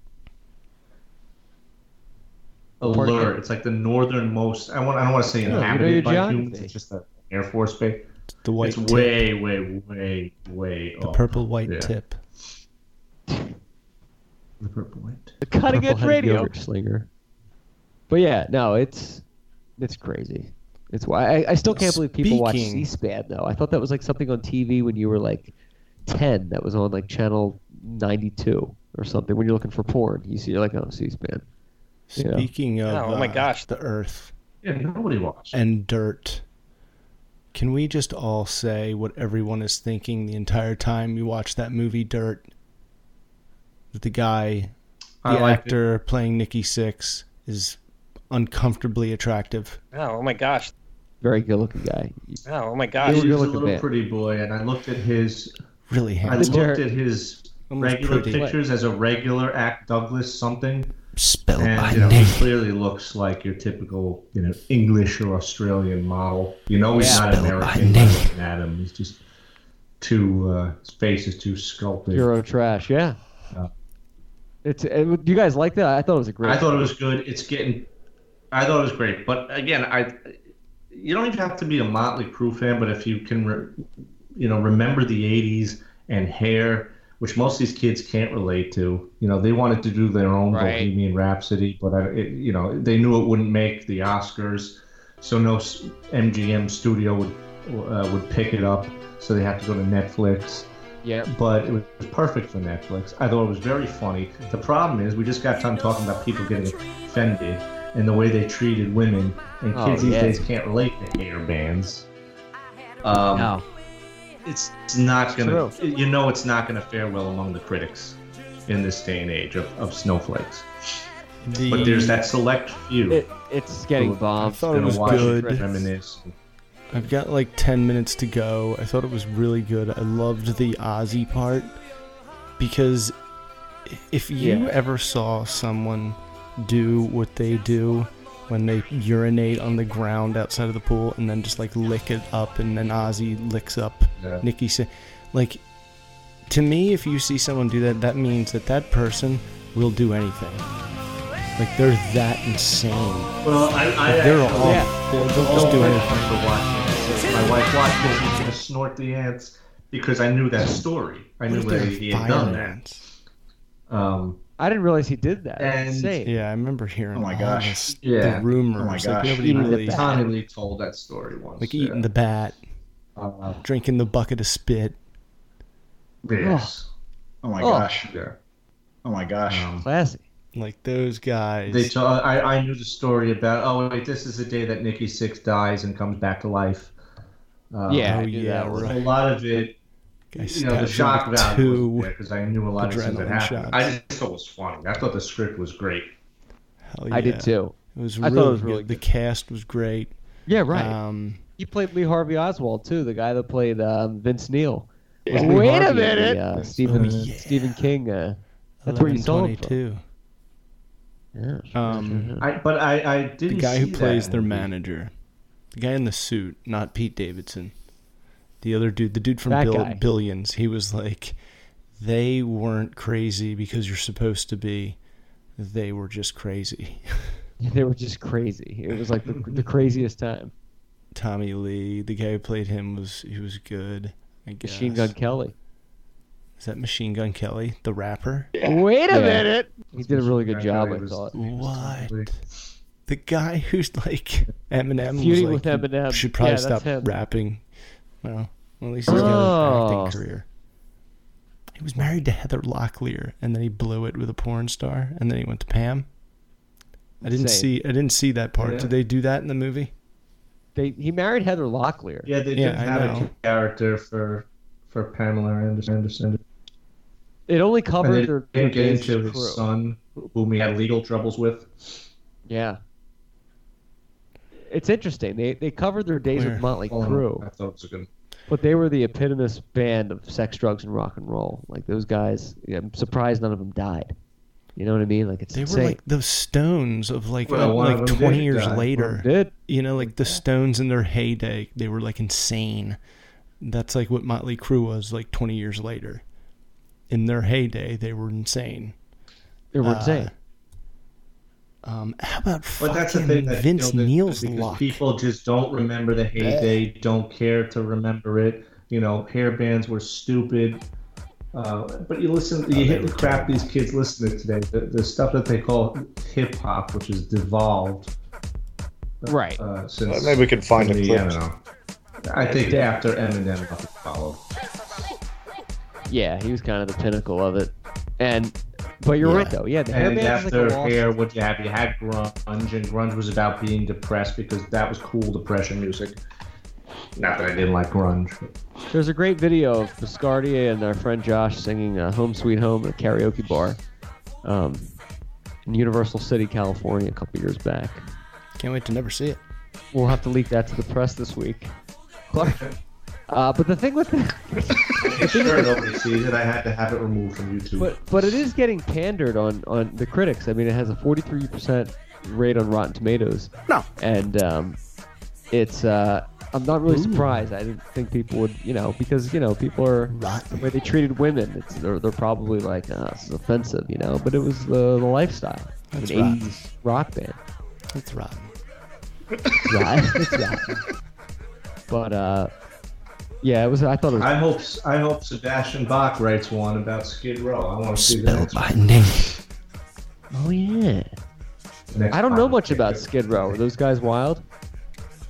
Port-
Alert. It's like the northernmost. I want. I don't want to say
Yeah, you know
inhabited
your
by
geography.
humans. It's just a Air Force base.
The white
It's
tip.
way, way, way, way.
The
up.
purple white
Yeah.
tip.
The purple white.
the cutting edge
Purple-headed
radio
yogurt
slinger but yeah no it's it's crazy it's why I, I still can't believe people watch
Speaking-
c-span though i thought that was like something on tv when you were like 10 that was on like channel 92 or something when you're looking for porn you see you're like oh c-span You know?
Speaking of,
Oh, oh my
uh,
gosh.
the Earth
Yeah, nobody watched.
and dirt. Can we just all say what everyone is thinking the entire time you watch that movie Dirt? That the guy, the
I liked
actor playing Nikki Six, is uncomfortably attractive.
Oh, oh my gosh.
very good looking guy
Oh, oh my gosh.
he was a little pretty boy, and I looked at his.
Really
I
handsome.
looked at his
Almost
regular
pretty.
pictures as a regular act Douglas something.
Spelled
and,
Oh, by
you know,
name.
He clearly looks like your typical, you know, English or Australian model. You know, he's
Yeah.
not
Spelled by
American.
name.
looking at him, he's just too. Uh, his face is too sculpted.
Euro trash, yeah. It's it, you guys like that? I thought it was a great.
I thought it was good. It's getting. I thought it was great, but again, I. You don't even have to be a Motley Crue fan, but if you can, re, you know, remember the '80s and Hair, which most of these kids can't relate to. You know, they wanted to do their own
Right.
Bohemian Rhapsody, but I, it, you know, they knew it wouldn't make the Oscars, so no s- MGM studio would uh, would pick it up. So they had to go to Netflix.
Yeah.
But it was perfect for Netflix. I thought it was very funny. The problem is, we just got done talking about people getting offended and the way they treated women, and
Oh,
kids these
yeah.
days can't relate to hair bands. Um,
No.
It's, it's not gonna. You know, it's not gonna fare well among the critics in this day and age of, of snowflakes. But there's that select few.
It, it's getting bombed.
I thought it was good. I've got like 10 minutes to go. I thought it was really good. I loved the Ozzy part because if you
Yeah.
ever saw someone do what they do when they urinate on the ground outside of the pool and then just like lick it up and then Ozzy licks up
Yeah.
Nikki Sa- like to me if you see someone do that that means that that person will do anything like they're that insane
Well, I, I
Like, they're
actually-
all
yeah.
they'll just
Always
do anything
remember watching it. So My wife watched it. She's gonna snort the ants because I knew that story. I knew
What if
that
they're
he had done
fire
that. Um,
I didn't realize he did that.
And-
That's insane.
Yeah, I remember hearing.
Oh my
all
gosh.
this-
yeah,
the rumors.
Oh my
Like,
gosh,
nobody
Even
really-
Tommy Lee told that story once. Uh,
like eating the bat, drinking the bucket of spit.
Yes.
Oh my
Oh.
gosh.
Yeah. Um,
Oh my gosh.
Classy.
Like those guys.
They told I, I knew the story about. Oh wait, this is the day that Nikki Six dies and comes back to life. Uh,
Yeah, I Oh, knew yeah, that one.
a lot of it.
Guys,
you know, the
that's
shock
number
value
two.
because I knew a lot of stuff that
Adrenaline
happened.
shots.
I just thought it was funny. I thought the script was great.
Hell
I did
yeah.
too.
It was
I
really,
thought it was really
good. The cast was great.
Yeah, right.
Um,
he played Lee Harvey Oswald too, the guy that played um, Vince Neil.
Yeah.
Was Lee
Wait a
Harvey in the,
minute.
uh, Stephen
Oh, yeah. Oh,
Stephen King. Uh, that's where you saw him. From.
11:22. Um,
I, but I, I
the
didn't.
guy who
see that
plays their
movie.
manager, the guy in the suit, not Pete Davidson, the other dude, the dude from
That
Bill,
guy.
Billions. He was like, they weren't crazy because you're supposed to be. They were just crazy.
They were just crazy. It was like the, the craziest time.
Tommy Lee, the guy who played him was he was good. I guess.
Machine Gun Kelly.
Is that Machine Gun Kelly, the rapper?
Wait a
Yeah.
minute. He did a really good
Gun
job.
Kelly
I
was-
thought.
What? The guy who's like Eminem was
Feuding
like,
with Eminem.
should probably
Yeah, that's
stop
him.
rapping. Well, at least he's got an
Oh.
acting career. He was married to Heather Locklear, and then he blew it with a porn star, and then he went to Pam. I didn't
Insane.
see. I didn't see that part.
Yeah.
Did they do that in the movie?
They, he married Heather Locklear.
Yeah, they
Yeah,
did
I
have
know.
a character for for Pamela Anderson. Anderson.
It only
and they
covered their, their
didn't get
basic
into his
crew.
son, whom he had legal troubles with.
Yeah. It's interesting. They they covered their days
Where?
with Motley
Oh,
Crue,
I thought it was a good.
but they were the epitomous band of sex, drugs, and rock and roll. Like those guys. yeah, I'm surprised none of them died. You know what I mean? Like it's
They
insane.
were like the Stones of like
Well,
uh,
one of
like
them
twenty
did
years
die. One
later.
of them did.
You know, like the Stones in their heyday, they were like insane. That's like what Motley Crue was like twenty years later. In their heyday, they were insane.
They
Uh,
were insane.
Um, how about
But
fucking
that's the thing that
Vince
killed it,
Neil's
because
luck?
People just don't remember the heyday. Don't care to remember it. You know, hair bands were stupid. Uh, but you
Oh,
listen, you hit the crap these kids listen to today. The, the stuff that they call hip hop, which is devolved. uh,
Right.
Uh, since
Well, maybe we could find a
the,
clip.
I, don't know. I think after Eminem followed.
Yeah, he was kind of the pinnacle of it. And but you're right though. Yeah, the hair
and
band is
after
like a lost
hair, what you have, you had grunge, and grunge was about being depressed because that was cool depression music. Not that I didn't like grunge.
There's a great video of Biscardia and our friend Josh singing uh, "Home Sweet Home" at a karaoke bar um, in Universal City, California, a couple years back.
Can't wait to never see it.
We'll have to leak that to the press this week. Uh, but the thing with
Make sure nobody sees it. I had to have it removed from YouTube.
But but it is getting pandered on on the critics. I mean, it has a 43% rate on Rotten Tomatoes.
No.
And um, it's uh, I'm not really surprised. I didn't think people would, you know, because you know people are the way they treated women. It's, they're, they're probably like, ah, this is offensive, you know. But it was the, the lifestyle. It was
That's
an
rotten.
80s rock band.
That's rotten.
Right. It's rotten. But uh, yeah, it was. I thought it was.
I hope I hope Sebastian Bach writes one about Skid Row. I want to see
Spell
that.
by name. Oh yeah.
Next
I don't know
time.
much about Skid Row. Are those guys wild?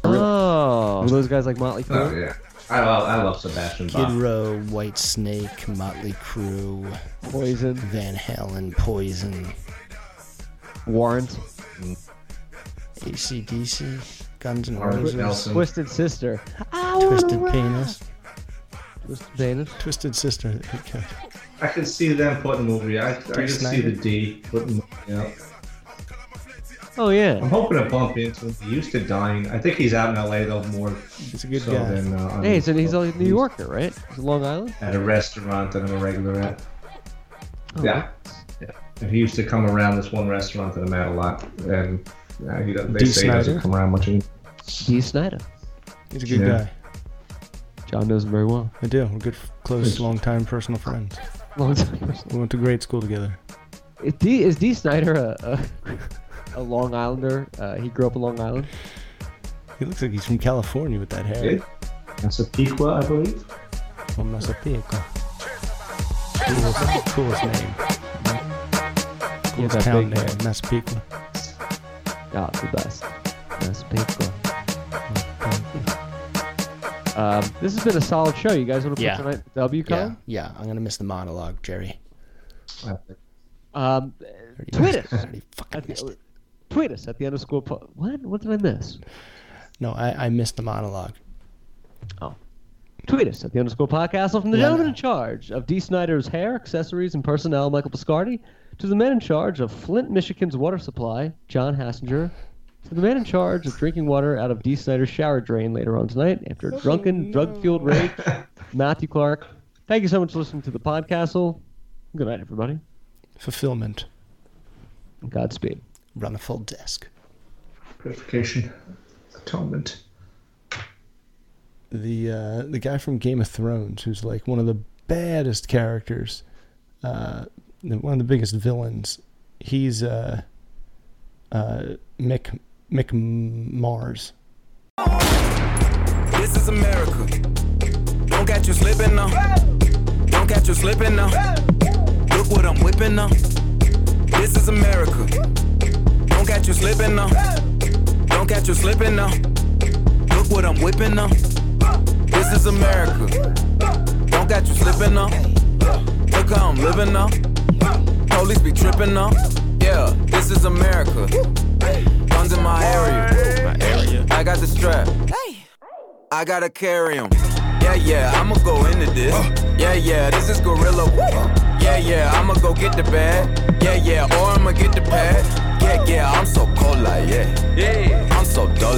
Oh, were those guys like Motley Crue?
Oh, yeah. I love, I love Sebastian
Skid
Bach.
Row, White Snake, Motley Crue,
Poison,
Van Halen, Poison,
Warrant,
ACDC, Guns N'
Warrant
Roses,
Nelson. Twisted Sister,
Twisted Penis,
Twisted Penis,
Twisted Sister. there you go.
I can see them putting movie. I, I can see
Snyder.
the D putting. Yeah.
Oh yeah.
I'm hoping to bump into him. He used to dine. I think he's out in L.A. though more.
He's a good
so
guy.
Than, uh,
Hey, so he's a New Yorker, right? He's Long Island.
at a restaurant that I'm a regular at.
Oh,
yeah. yeah. And he used to come around this one restaurant that I'm at a lot, and uh, he, doesn't- they
D.
say he doesn't
Snyder?
come around much. anymore.
D. Snyder.
He's a good
Yeah.
guy.
John knows him very well.
I do. We're good, close, long-time personal friends.
Long-time personal.
We went to grade school together.
Is D, is D. Snyder a, a, a Long Islander? Uh, he grew up in Long Island.
He looks like he's from California with that hair.
Yeah.
Massapequa, I believe.
From Massapequa. Coolest, coolest name. Coolest
that
town
big
name, Massapequa.
Yeah, Ah, the best. Massapequa. Um, this has been a solid show. You guys want to
Yeah.
put tonight W
Yeah,
column?
yeah, I'm gonna miss the monologue, Jerry.
Um,
Already
tweet us.
missed- already fucking
At the-
missed
Tweet us at the underscore. Po- what? What did I miss?
No, I, I missed the monologue.
Oh. Tweet us at the underscore podcast from the gentleman in charge of D. Snyder's hair, accessories, and personnel, Michael Piscardi, to the man in charge of Flint, Michigan's water supply, John Hassinger, to the man in charge of drinking water out of D. Snyder's shower drain later on tonight after a drunken, drug fueled rage, Matthew Clark. Thank you so much for listening to the podcast. Good night, everybody.
Fulfillment.
Godspeed.
Run a full desk.
Purification, atonement.
the uh, the guy from Game of Thrones, who's like one of the baddest characters, uh, the- one of the biggest villains. He's uh, uh, Mick Mick Mars.
This is America. Don't catch you slipping now. Don't catch you slipping now. Look what I'm whipping now. This is America. Don't catch you slipping now. Don't catch you slipping now. Look what I'm whipping now. This is America. Don't catch you slipping now. Look how I'm living now. Police be tripping now. Yeah, this is America. Guns in my area. I got the strap. I gotta carry him. Yeah, yeah, I'ma go into this. Yeah, yeah, this is gorilla. Yeah, yeah, I'ma go get the bag. Yeah, yeah, or I'ma get the pad. Yeah, yeah, I'm so cold like yeah. Yeah, I'm so dull.